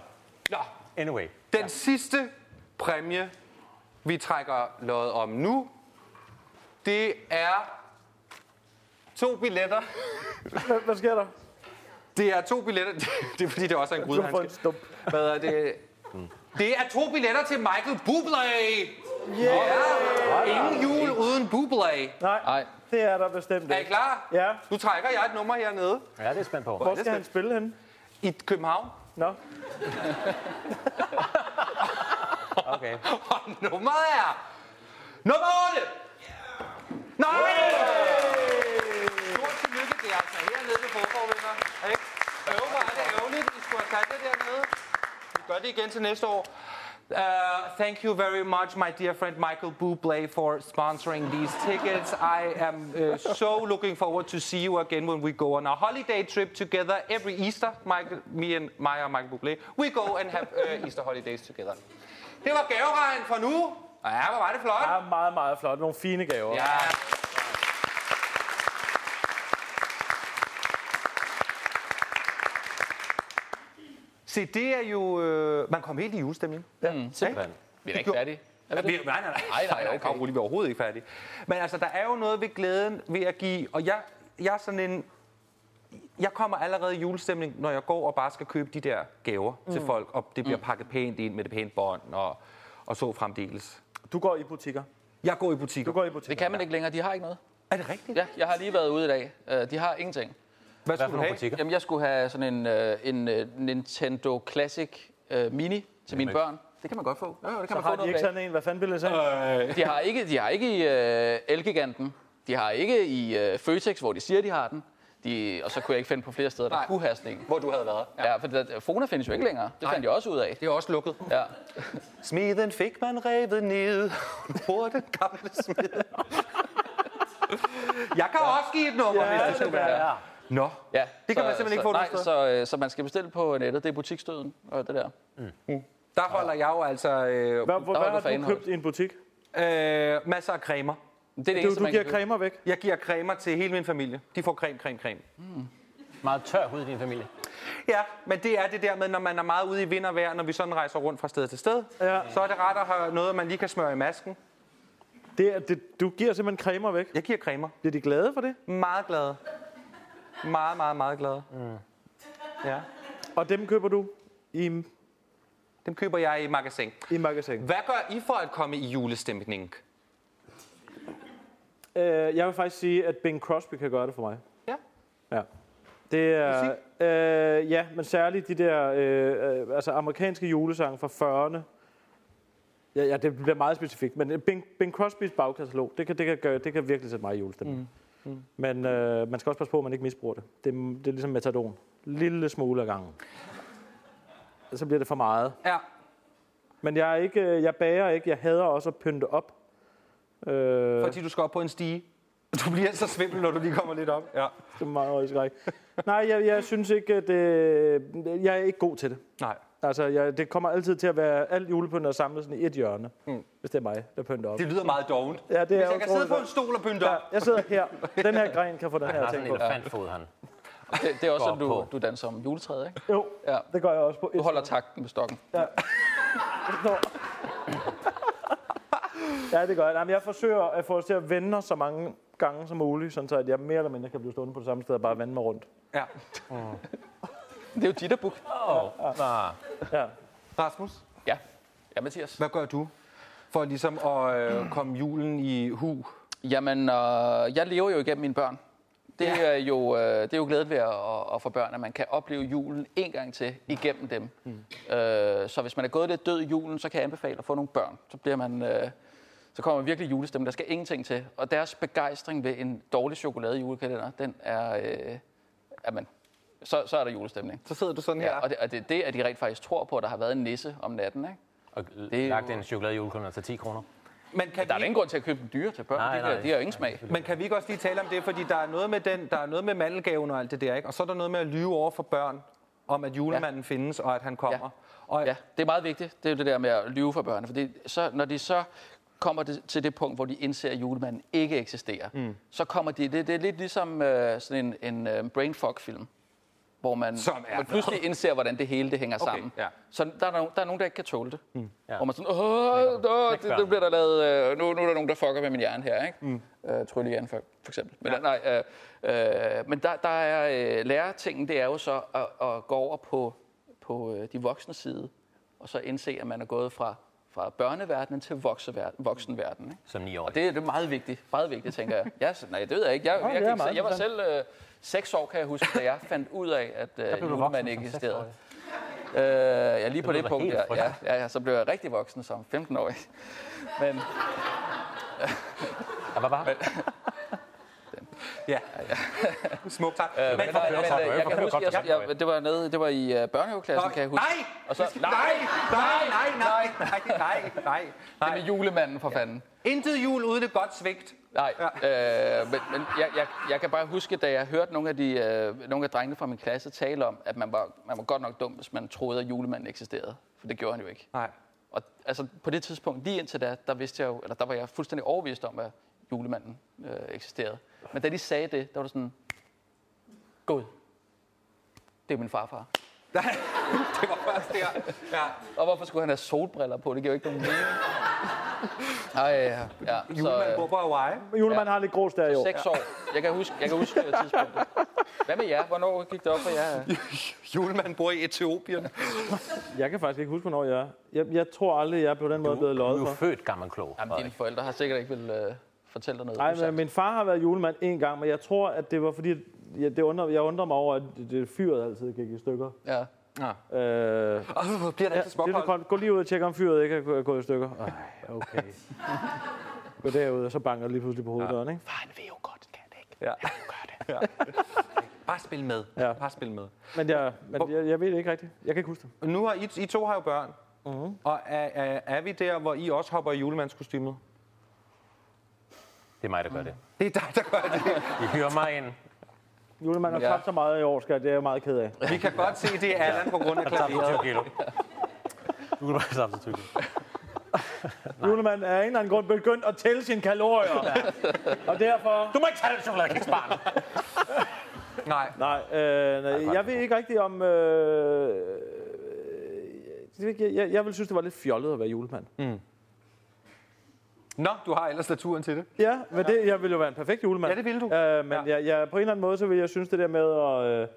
[SPEAKER 1] Nå,
[SPEAKER 4] anyway.
[SPEAKER 1] den sidste præmie, vi trækker lod om nu, det er to billetter.
[SPEAKER 2] Hvad, hvad sker der?
[SPEAKER 1] Det er to billetter. [LAUGHS] Det er fordi, det også er en
[SPEAKER 2] Du har fået en
[SPEAKER 1] grydehandske.
[SPEAKER 2] stump.
[SPEAKER 1] Hvad er det? Det er to billetter til Michael Bublé. Yeah. Ingen jul uden Bublé.
[SPEAKER 2] Nej,
[SPEAKER 3] Nej.
[SPEAKER 2] det er der bestemt
[SPEAKER 1] Er I
[SPEAKER 2] ikke.
[SPEAKER 1] klar?
[SPEAKER 2] Ja.
[SPEAKER 1] Nu trækker jeg et nummer hernede
[SPEAKER 4] Ja, det er spændt på.
[SPEAKER 2] Hvor
[SPEAKER 1] det
[SPEAKER 2] skal
[SPEAKER 1] er
[SPEAKER 2] han spille henne?
[SPEAKER 1] i København.
[SPEAKER 2] Nå,
[SPEAKER 4] Okay.
[SPEAKER 1] Og nummeret er... Nummer 8! Nej! Stort tillykke, det er altså hernede ved fodboldvinder. Ikke? Øv, hvor er det ærgerligt, I skulle have taget det dernede. Vi gør det igen til næste år. Uh, thank you very much, my dear friend Michael Bublé, for sponsoring these tickets. I am uh, so looking forward to see you again when we go on a holiday trip together every Easter. Michael, me and Maya and Michael Bublé, we go and have uh, Easter holidays together. Det var gaveregn for nu. Ja, hvor var det flot.
[SPEAKER 5] Ja, meget, meget flot. Nogle fine gaver. Ja.
[SPEAKER 1] Ja. Se, det er jo... Øh, man kom helt i julestemning. Ja, mm,
[SPEAKER 4] simpelthen.
[SPEAKER 3] Vi er da ikke færdige. Er vi
[SPEAKER 1] Ja,
[SPEAKER 3] det?
[SPEAKER 1] vi, nej, nej, nej.
[SPEAKER 3] Nej, nej,
[SPEAKER 1] nej,
[SPEAKER 3] okay.
[SPEAKER 1] okay. Rolig, vi er overhovedet ikke færdige. Men altså, der er jo noget ved glæden ved at give, og jeg, jeg er sådan en... Jeg kommer allerede i julestemning, når jeg går og bare skal købe de der gaver mm. til folk, og det bliver pakket pænt ind med det pæne bånd, og, og så fremdeles.
[SPEAKER 5] Du går i butikker.
[SPEAKER 1] Jeg går i butikker.
[SPEAKER 5] Du går i
[SPEAKER 3] Det
[SPEAKER 5] butikker.
[SPEAKER 3] kan man ikke længere. De har ikke noget.
[SPEAKER 1] Er det rigtigt?
[SPEAKER 3] Ja, jeg har lige været ude i dag. Øh, De har ingenting.
[SPEAKER 1] Hvad
[SPEAKER 4] Hvad
[SPEAKER 1] skulle
[SPEAKER 4] for
[SPEAKER 1] du
[SPEAKER 4] nogle
[SPEAKER 1] have?
[SPEAKER 4] butikker?
[SPEAKER 3] Jamen, jeg skulle have sådan en, øh, en øh, Nintendo Classic øh, Mini til mine børn. Det kan man godt få. Ja, ja, det kan
[SPEAKER 5] Så
[SPEAKER 3] man få
[SPEAKER 5] har de
[SPEAKER 3] noget
[SPEAKER 5] ikke
[SPEAKER 3] bag.
[SPEAKER 5] sådan en. Hvad fanden ville
[SPEAKER 2] Øh,
[SPEAKER 5] jeg sige?
[SPEAKER 3] De har ikke, de har ikke i øh, Elgiganten. De har ikke i øh, Føtex, hvor de siger, de har den. De, og så kunne jeg ikke finde på flere steder, der
[SPEAKER 1] Nej.
[SPEAKER 3] kunne have sådan en.
[SPEAKER 1] Hvor du havde været.
[SPEAKER 3] Ja, for det der, Fona findes jo ikke længere. Det fandt jeg også ud af.
[SPEAKER 1] Det er også lukket.
[SPEAKER 3] Ja.
[SPEAKER 1] Smeden fik man revet ned. [LAUGHS] Nu den gamle smed. Jeg kan også give et nummer, ja, hvis det skulle være.
[SPEAKER 4] Ja.
[SPEAKER 1] Nå,
[SPEAKER 3] Ja,
[SPEAKER 1] det kan man simpelthen ikke få nogen
[SPEAKER 3] så, nej,
[SPEAKER 1] steder.
[SPEAKER 3] så, øh, så man skal bestille på nettet. Det er butikstøden og det der.
[SPEAKER 1] Der holder jeg jo altså øh,
[SPEAKER 5] Hvad, hvor,
[SPEAKER 3] Der var
[SPEAKER 5] hvad
[SPEAKER 3] du
[SPEAKER 5] har du
[SPEAKER 3] fanholdt.
[SPEAKER 5] købt i en butik?
[SPEAKER 1] øh, masser af cremer.
[SPEAKER 3] Det er det
[SPEAKER 5] Du,
[SPEAKER 3] eneste,
[SPEAKER 5] du
[SPEAKER 3] man
[SPEAKER 5] giver
[SPEAKER 3] kan købe.
[SPEAKER 5] cremer væk.
[SPEAKER 1] Jeg giver cremer til hele min familie. De får creme, creme, creme.
[SPEAKER 4] Meget tør hud i din familie.
[SPEAKER 1] Ja, men det er det der med, når man er meget ude i vind og vejr, når vi sådan rejser rundt fra sted til sted,
[SPEAKER 5] Ja.
[SPEAKER 1] så er det rart at have noget, man lige kan smøre i masken.
[SPEAKER 5] Det, er- det, du giver simpelthen cremer væk.
[SPEAKER 1] Jeg giver cremer.
[SPEAKER 5] Bliver de glade for det?
[SPEAKER 1] Meget glade. Meget, meget, meget glade. Ja.
[SPEAKER 5] Og dem køber du i,
[SPEAKER 1] Dem køber jeg i magasin.
[SPEAKER 5] i magasin?
[SPEAKER 1] Hvad gør I for at komme i julestemning?
[SPEAKER 5] Øh, jeg vil faktisk sige, at Bing Crosby kan gøre det for mig.
[SPEAKER 1] Ja.
[SPEAKER 5] Ja. Det er, øh, ja, men særligt de der øh, øh, altså amerikanske julesange fra 40'erne. Ja, ja, det bliver meget specifikt, men Bing, Bing Crosbys bagkatalog, det kan, det, kan gøre, det kan virkelig sætte mig i julestemning. Mm. Mm. Men øh, man skal også passe på, at man ikke misbruger det. Det, er- det er ligesom metadon. Lille smule af gangen. Så bliver det for meget.
[SPEAKER 1] Ja.
[SPEAKER 5] Men jeg, er ikke, øh, jeg bager ikke. Jeg hader også at pynte op. Øh, det
[SPEAKER 1] Fordi du skal op på en stige. [LAUGHS] Du bliver så svimmel, når du lige kommer lidt op. Ja.
[SPEAKER 5] er meget øjeblik. Nej, jeg, jeg synes ikke, at øh, jeg er ikke god til det.
[SPEAKER 1] Nej.
[SPEAKER 5] Altså, jeg, det kommer altid til at være alt julepynt er samlet sådan i et hjørne, mm. hvis det er mig, der pynter op.
[SPEAKER 1] Det lyder meget dovent.
[SPEAKER 5] Ja, det
[SPEAKER 1] Hvis
[SPEAKER 5] er
[SPEAKER 1] jeg kan sidde
[SPEAKER 5] utroligt.
[SPEAKER 1] på en stol og pynte
[SPEAKER 5] Ja,
[SPEAKER 1] op.
[SPEAKER 5] jeg sidder her. Den her gren kan få
[SPEAKER 1] [LAUGHS]
[SPEAKER 5] den
[SPEAKER 4] Han
[SPEAKER 5] her
[SPEAKER 4] har sådan
[SPEAKER 5] ting
[SPEAKER 4] en
[SPEAKER 5] på.
[SPEAKER 4] elefantfod, han.
[SPEAKER 3] Det, det er også
[SPEAKER 4] Går
[SPEAKER 3] sådan, du,
[SPEAKER 4] på.
[SPEAKER 3] du danser om juletræet, ikke?
[SPEAKER 5] Jo,
[SPEAKER 3] Ja.
[SPEAKER 5] det gør jeg også på.
[SPEAKER 3] Du holder takten med stokken.
[SPEAKER 5] Nå. [LAUGHS] ja, det gør jeg. Jamen, jeg forsøger at få os til at vende os så mange gange som muligt, sådan så at jeg mere eller mindre kan blive stående på det samme sted og bare vende mig rundt.
[SPEAKER 1] Ja.
[SPEAKER 3] Det er jo dit buk.
[SPEAKER 4] Nå.
[SPEAKER 1] Rasmus,
[SPEAKER 3] Ja. Ja, Mathias.
[SPEAKER 1] hvad gør du for ligesom at øh, komme julen i hu?
[SPEAKER 3] Jamen, øh, jeg lever jo igennem mine børn. Det,
[SPEAKER 1] Ja.
[SPEAKER 3] er jo, øh, det er jo glæden ved at, at, at få børn, at man kan opleve julen en gang til igennem dem. Mm. Øh, så hvis man er gået lidt død i julen, så kan jeg anbefale at få nogle børn. Så bliver man... Øh, så kommer man virkelig julestemning. Der skal ingenting til. Og deres begejstring ved en dårlig chokolade julekalender, den er... Øh, jamen, så, så er der julestemning.
[SPEAKER 1] Så sidder du sådan her.
[SPEAKER 3] Ja, og det, og det er det, at de rent faktisk tror på, at der har været en nisse om natten. Ikke?
[SPEAKER 4] Og
[SPEAKER 3] er jo-
[SPEAKER 4] lagt en chokolade julekalender til 10 kroner.
[SPEAKER 1] Men kan,
[SPEAKER 3] Der er
[SPEAKER 1] vi,
[SPEAKER 3] da ingen grund til at købe dem dyre til børn.
[SPEAKER 4] Nej,
[SPEAKER 3] de, kan-
[SPEAKER 4] nej.
[SPEAKER 3] de har jo ingen smag.
[SPEAKER 1] men kan vi ikke også lige tale om det? Fordi der er noget med, den, der er noget med mandelgaven og alt det der, ikke? Og så er der noget med at lyve over for børn om, at julemanden ja. findes og at han kommer. Ja. Og,
[SPEAKER 3] Ja, det er meget vigtigt. Det er jo det der med at lyve for børnene. Fordi så, når de så kommer det, til det punkt, hvor de indser, at julemanden ikke eksisterer, mm. så kommer de... Det, det er lidt ligesom øh, sådan en, en øh, brain fog-film, hvor man,
[SPEAKER 1] Som er
[SPEAKER 3] man pludselig indser, hvordan det hele det hænger okay, sammen.
[SPEAKER 1] ja.
[SPEAKER 3] Så der er, nogen, der er nogen, der ikke kan tåle det. Mm.
[SPEAKER 4] Ja.
[SPEAKER 3] Hvor man sådan, åh, åh, det,
[SPEAKER 4] børnene.
[SPEAKER 3] det bliver der lavet, øh, nu, nu er der nogen, der fucker med min hjerne her, ikke? Mm. Øh, Tryllejern for, for eksempel. Men, ja. nej, øh, øh, men der, der er øh, lærertingen, det er jo så at, at gå over på, på øh, de voksne side, og så indse, at man er gået fra, fra børneverdenen til voksever- voksenverdenen. Ikke?
[SPEAKER 4] Som 9 år.
[SPEAKER 3] Og det, er- det er meget vigtigt, meget vigtigt, tænker jeg. jeg er sådan- nej, det ved jeg ikke. Jeg, jeg,
[SPEAKER 5] det
[SPEAKER 3] jeg,
[SPEAKER 5] er
[SPEAKER 3] jeg, jeg,
[SPEAKER 5] meget
[SPEAKER 3] jeg var selv øh, seks år, kan jeg huske, da jeg fandt ud af, at øh, julemanden ikke eksisterede. Øh, ja, lige på det
[SPEAKER 4] lyder
[SPEAKER 3] punkt,
[SPEAKER 4] helt
[SPEAKER 3] ja, ja,
[SPEAKER 4] frygteligt.
[SPEAKER 3] ja, ja, så blev jeg rigtig voksen som 15-årig. Men
[SPEAKER 4] Og hvad var
[SPEAKER 1] ja. Ja. [LAUGHS] Smukt, tak.
[SPEAKER 3] Øh, men, nej, men, øh, jeg kan huske, jeg, jeg, det var nede, det var i øh, børnehaveklassen, kan jeg huske.
[SPEAKER 1] Nej!
[SPEAKER 3] Og så,
[SPEAKER 1] nej, nej, nej, nej, nej, nej, nej,
[SPEAKER 3] Det med
[SPEAKER 1] nej.
[SPEAKER 3] julemanden for fanden.
[SPEAKER 1] Intet jul uden et godt svigt.
[SPEAKER 3] Nej, øh, men, men jeg, jeg, jeg kan bare huske, da jeg hørte nogle af, de, øh, nogle af drengene fra min klasse tale om, at man var, man var godt nok dum, hvis man troede, at julemanden eksisterede. For det gjorde han jo ikke.
[SPEAKER 1] Nej.
[SPEAKER 3] Og altså, på det tidspunkt, lige indtil da, der, vidste jeg jo, eller der var jeg fuldstændig overbevist om, at julemanden øh, eksisterede. Men da de sagde det, der var det sådan, god, det er min farfar.
[SPEAKER 1] Nej, [LAUGHS] det var først der. Ja.
[SPEAKER 3] Og hvorfor skulle han have solbriller på? Det giver jo ikke nogen mening. Ej, ja. ja. Så,
[SPEAKER 1] Julemanden
[SPEAKER 3] øh,
[SPEAKER 1] bor på Hawaii.
[SPEAKER 5] Julemanden
[SPEAKER 3] Ja.
[SPEAKER 5] har lidt grus der jo.
[SPEAKER 3] seks år. Jeg kan huske, jeg kan huske det tidspunktet. Hvad med jer? Hvornår gik det op for jer?
[SPEAKER 1] Julemanden bor i Etiopien.
[SPEAKER 5] Jeg kan faktisk ikke huske, hvornår jeg er. Jeg, jeg tror aldrig, jeg er på den måde blevet
[SPEAKER 4] Du
[SPEAKER 5] løjet
[SPEAKER 4] er
[SPEAKER 5] for.
[SPEAKER 4] født gammel klog.
[SPEAKER 3] Jamen, dine forældre har sikkert ikke vil øh, fortælle dig noget.
[SPEAKER 5] Nej,
[SPEAKER 3] usandt.
[SPEAKER 5] men min far har været julemand en gang, men jeg tror, at det var fordi, at jeg, det undrer, jeg undrer mig over, at det, det fyret altid gik i stykker.
[SPEAKER 3] Ja.
[SPEAKER 5] Øh, ja,
[SPEAKER 1] Åh, bliver det altid
[SPEAKER 5] det er
[SPEAKER 1] småkoldt?
[SPEAKER 5] koldt. Gå lige ud og tjek, om fyret ikke er gå- gået i stykker. Ej, okay. Gå derud, og så banker det lige pludselig på hoveddøren, ikke?
[SPEAKER 3] Far, han vil jo godt, kan det ikke?
[SPEAKER 5] Ja.
[SPEAKER 1] Bare spil med.
[SPEAKER 5] Ja.
[SPEAKER 1] Bare spil med.
[SPEAKER 5] Men, jeg, men jeg, jeg ved det ikke rigtigt. Jeg kan ikke huske det.
[SPEAKER 1] Nu har I, I to har jo børn. Uh-huh. Og er, er, er, vi der, hvor I også hopper i julemandskostymet?
[SPEAKER 4] Det er mig, der gør det.
[SPEAKER 1] Det er dig, der gør det.
[SPEAKER 4] I hyrer mig ind.
[SPEAKER 5] Julemanden har
[SPEAKER 3] Ja.
[SPEAKER 5] tabt så meget i år, skat. Det er jeg meget ked af.
[SPEAKER 1] Vi kan godt se, det er Allan på grund af klaveret.
[SPEAKER 4] 20 kilo. Du kan bare samle 20 kilo.
[SPEAKER 5] Julemanden er af en eller anden grund begyndt at tælle sine kalorier.
[SPEAKER 3] [LAUGHS]
[SPEAKER 5] Og derfor...
[SPEAKER 4] Du må ikke tage den chokoladekiks, barn.
[SPEAKER 1] Nej.
[SPEAKER 5] Nej, øh, nej jeg ved ikke rigtigt om... Øh, det ved ikke, jeg, jeg, jeg ville synes, det var lidt fjollet at være julemand. Mm.
[SPEAKER 1] Nå, du har ellers naturen til det.
[SPEAKER 5] Ja, men det, jeg ville jo være en perfekt julemand.
[SPEAKER 1] Ja, det ville du.
[SPEAKER 5] Øh, men
[SPEAKER 1] Ja.
[SPEAKER 5] ja. jeg, jeg, på en eller anden måde, så vil jeg synes, det der med at...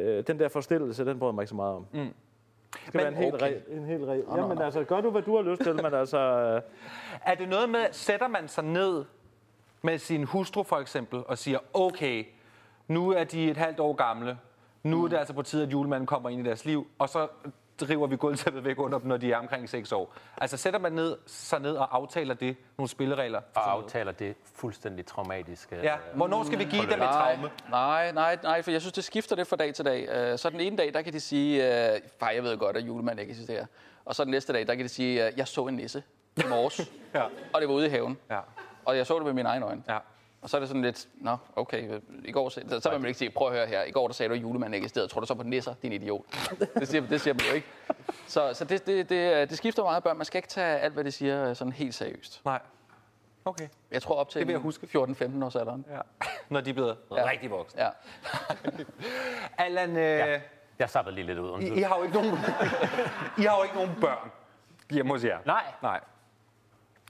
[SPEAKER 5] Øh, øh, den der forstillelse, den bryder jeg mig ikke så meget om. Mm. Det skal men, være en helt
[SPEAKER 3] okay.
[SPEAKER 5] okay. en helt regel. Jamen altså, gør du, hvad du har lyst til, men [LAUGHS] altså... Øh,
[SPEAKER 1] Er det noget med, sætter man sig ned med sin hustru for eksempel og siger, okay, nu er de et halvt år gamle, nu er det altså på tide, at julemanden kommer ind i deres liv, og så driver vi gulvtæppet væk under dem, når de er omkring 6 år. Altså sætter man ned, sig ned og aftaler det, nogle spilleregler? for
[SPEAKER 4] Og
[SPEAKER 1] sådan noget?
[SPEAKER 4] aftaler det fuldstændig øh, traumatiske.
[SPEAKER 1] Ja, hvornår skal vi give dem et traume?
[SPEAKER 3] Nej, nej, nej, nej, for jeg synes, det skifter lidt fra dag til dag. Øh, Så den ene dag, der kan de sige, øh, far, jeg ved godt, at julemanden ikke eksisterer. Og så den næste dag, der kan de sige, øh, jeg så en nisse i
[SPEAKER 1] [LAUGHS]
[SPEAKER 3] morges,
[SPEAKER 1] Ja.
[SPEAKER 3] og det var ude i haven.
[SPEAKER 1] Ja.
[SPEAKER 3] Og jeg så det med mine egne øjne.
[SPEAKER 1] Ja.
[SPEAKER 3] Og så er det sådan lidt, nå, okay, øh, i går, sag- så, så vil man ikke sige, prøv at høre her, i går der sagde du, at julemanden ikke eksisterede, tror du så på nisser, din
[SPEAKER 1] [LAUGHS]
[SPEAKER 3] idiot? Det siger, det siger man jo ikke. Så, så det, det, det, øh, det skifter meget børn, man skal ikke tage alt, hvad de siger, øh, sådan helt seriøst.
[SPEAKER 1] Nej. Okay.
[SPEAKER 3] Jeg tror op til
[SPEAKER 1] Det vil jeg huske.
[SPEAKER 3] 14-15 års alderen.
[SPEAKER 1] Ja. Når de er blevet ja.
[SPEAKER 3] Ja.
[SPEAKER 1] rigtig voksne.
[SPEAKER 3] Ja.
[SPEAKER 1] Allan, øh, ja.
[SPEAKER 4] Jeg sappede lige lidt ud.
[SPEAKER 1] I, I,
[SPEAKER 4] undskyld.
[SPEAKER 1] har jo ikke [LAUGHS] nogen, I har jo ikke nogen børn hjemme hos jer.
[SPEAKER 4] Nej.
[SPEAKER 1] Nej.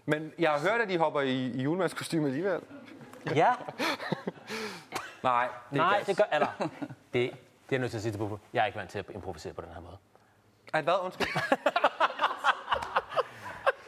[SPEAKER 1] Men jeg har hørt, at de hopper i, i julemandskostyme alligevel.
[SPEAKER 4] Ja,
[SPEAKER 1] Nej, det
[SPEAKER 4] nej,
[SPEAKER 1] gas.
[SPEAKER 4] det gør... Eller, det, det er jeg nødt til at sige til Bubber. Jeg er ikke vant til at improvisere på den her måde.
[SPEAKER 1] At hvad? Undskyld.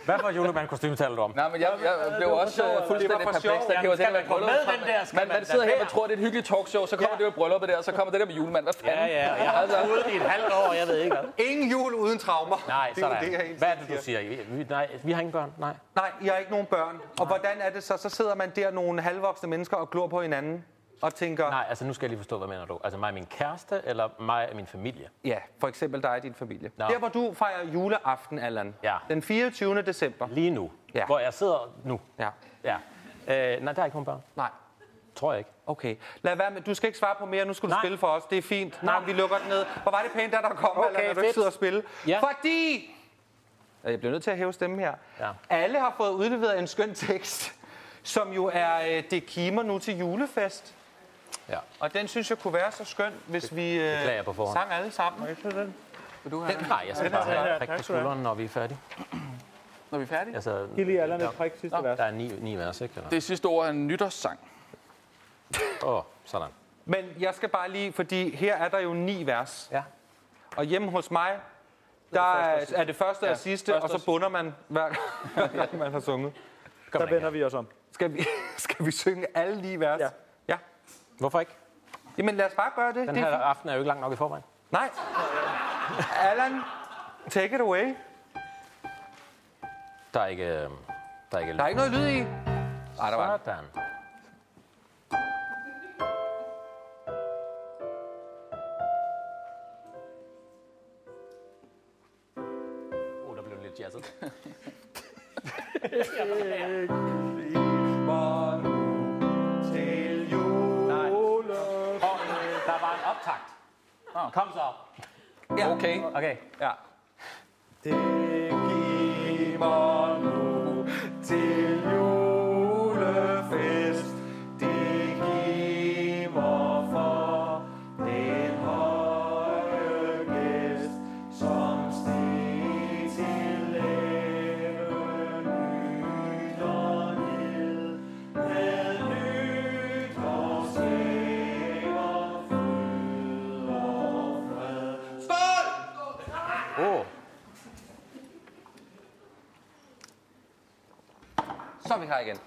[SPEAKER 4] Hvad for julemand kostume taler du om?
[SPEAKER 3] Nej, men jeg, jeg blev også øh,
[SPEAKER 1] Det
[SPEAKER 3] fuldstændig
[SPEAKER 1] var for sjov.
[SPEAKER 3] perpleks, da jeg
[SPEAKER 4] Jamen,
[SPEAKER 3] var det der med
[SPEAKER 4] skal man gå
[SPEAKER 3] brylluppet.
[SPEAKER 4] med den der? Skal
[SPEAKER 3] man,
[SPEAKER 4] man
[SPEAKER 3] man
[SPEAKER 4] lade
[SPEAKER 3] sidder her
[SPEAKER 4] være?
[SPEAKER 3] og tror, det er et hyggeligt talkshow, så kommer
[SPEAKER 4] Ja.
[SPEAKER 3] det der brylluppet der, og så kommer det der med julemand. Hvad fanden?
[SPEAKER 4] Ja, ja, jeg har
[SPEAKER 3] Altså.
[SPEAKER 4] troet det i et halvt år, jeg ved ikke hvad.
[SPEAKER 1] Ingen jul uden traumer.
[SPEAKER 4] Nej,
[SPEAKER 1] det er jo
[SPEAKER 4] sådan.
[SPEAKER 1] det, jeg hele
[SPEAKER 4] Hvad er
[SPEAKER 1] tiden
[SPEAKER 4] det, du siger? Vi- Vi, nej, vi har ingen børn, nej.
[SPEAKER 1] Nej, I har ikke nogen børn. Og hvordan er det så? Så sidder man der nogle halvvoksne mennesker og glor på hinanden og tænker, Nej.
[SPEAKER 4] Nej, altså nu skal jeg lige forstå, hvad mener du? Altså mig og min kæreste, eller mig og min familie?
[SPEAKER 1] ja, for eksempel dig og din familie.
[SPEAKER 4] Nå.
[SPEAKER 1] Der, hvor du fejrer juleaften, Allan.
[SPEAKER 4] Ja.
[SPEAKER 1] Den 24. december.
[SPEAKER 4] Lige nu,
[SPEAKER 1] Ja.
[SPEAKER 4] ja. hvor jeg sidder nu.
[SPEAKER 1] Ja.
[SPEAKER 4] Ja. Øh, nej, der er ikke nogen børn.
[SPEAKER 1] Nej.
[SPEAKER 4] Tror jeg ikke.
[SPEAKER 1] Okay. Lad være med. Du skal ikke svare på mere. Nu skal du Nej.
[SPEAKER 4] Nej.
[SPEAKER 1] spille for os. Det er fint. Nej.
[SPEAKER 4] Nej.
[SPEAKER 1] Nå, vi lukker den ned. Hvor var det pænt, at der kom, okay,
[SPEAKER 4] Okay,
[SPEAKER 1] Allan, at du
[SPEAKER 4] fedt.
[SPEAKER 1] ikke sidder og spille.
[SPEAKER 4] Ja.
[SPEAKER 1] Fordi... Ja, Jeg bliver nødt til at hæve stemmen her.
[SPEAKER 4] Ja.
[SPEAKER 1] Alle har fået udleveret en skøn tekst, som jo er øh, Det kimer nu til julefest.
[SPEAKER 4] Ja.
[SPEAKER 1] Og den synes jeg kunne være så skøn, hvis vi øh,
[SPEAKER 4] beklager jeg på forhånd.
[SPEAKER 1] sang alle sammen.
[SPEAKER 3] Vil du have,
[SPEAKER 4] Nej, jeg skal bare
[SPEAKER 5] her.
[SPEAKER 4] have
[SPEAKER 5] Tak
[SPEAKER 4] prik på
[SPEAKER 5] skal du have.
[SPEAKER 4] skulderen, når vi er færdige.
[SPEAKER 3] når vi er færdige?
[SPEAKER 4] Altså,
[SPEAKER 5] Giv lige Allan et prik sidste vers.
[SPEAKER 4] der er ni, ni vers, ikke? Eller?
[SPEAKER 3] Det sidste ord er en nytårssang.
[SPEAKER 4] Åh, oh, sådan.
[SPEAKER 1] Men jeg skal bare lige, fordi her er der jo ni vers.
[SPEAKER 4] Ja.
[SPEAKER 1] Og hjemme hos mig, der er, er det første og sidste,
[SPEAKER 3] første
[SPEAKER 1] og så
[SPEAKER 3] og
[SPEAKER 1] bunder man hver gang, [LAUGHS] man har sunget.
[SPEAKER 4] Gør
[SPEAKER 5] Der
[SPEAKER 4] man
[SPEAKER 5] vender
[SPEAKER 4] ikke.
[SPEAKER 5] vi os om.
[SPEAKER 1] Skal vi, [LAUGHS] skal vi synge alle ni vers?
[SPEAKER 5] Ja.
[SPEAKER 1] ja.
[SPEAKER 4] Hvorfor ikke?
[SPEAKER 1] Jamen lad os bare gøre det.
[SPEAKER 4] Den
[SPEAKER 1] det er
[SPEAKER 4] her
[SPEAKER 1] fint.
[SPEAKER 4] aften er jo ikke lang nok i forvejen.
[SPEAKER 1] Nej. Allan, take it away.
[SPEAKER 4] Der er ikke... øh, Der er ikke,
[SPEAKER 1] Der er ikke noget lyd i.
[SPEAKER 4] Sådan. Oh, lidt jazzet. Kom, der var en optakt. Kom så.
[SPEAKER 1] Okay.
[SPEAKER 4] Okay. Ja.
[SPEAKER 2] Så er vi klar igen.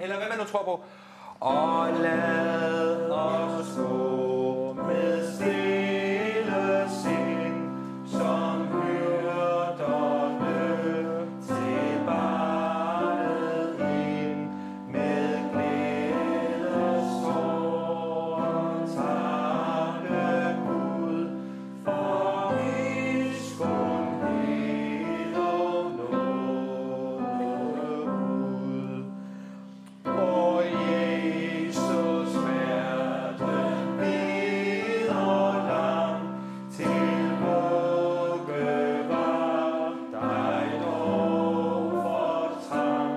[SPEAKER 2] Eller hvad man nu tror på. Og lad os gå med stille sind, som hyrderne til barnet ind. Med glæde sår og takke Gud, for miskundhed og nåde Gud. O Jesus, smerte, bid og lam, til vugge var dig dog for trang.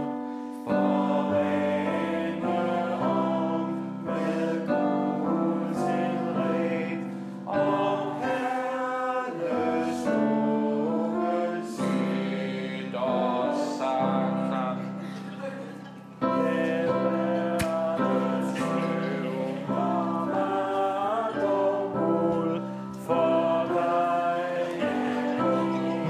[SPEAKER 2] Forene om med Gud til ret, om Herres unge sind og sakrament.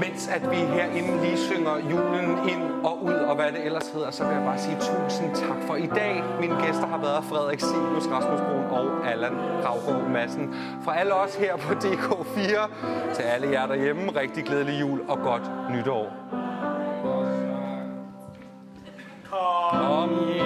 [SPEAKER 2] Mens at vi herinde lige synger julen ind og ud, og hvad det ellers hedder, så vil jeg bare sige tusind tak for i dag. Mine gæster har været Frederik Silus, Rasmus Brun og Allan Gravgaard Madsen. Fra alle os her på DK4, til alle jer derhjemme, rigtig glædelig jul og godt nytår. Kom, Kom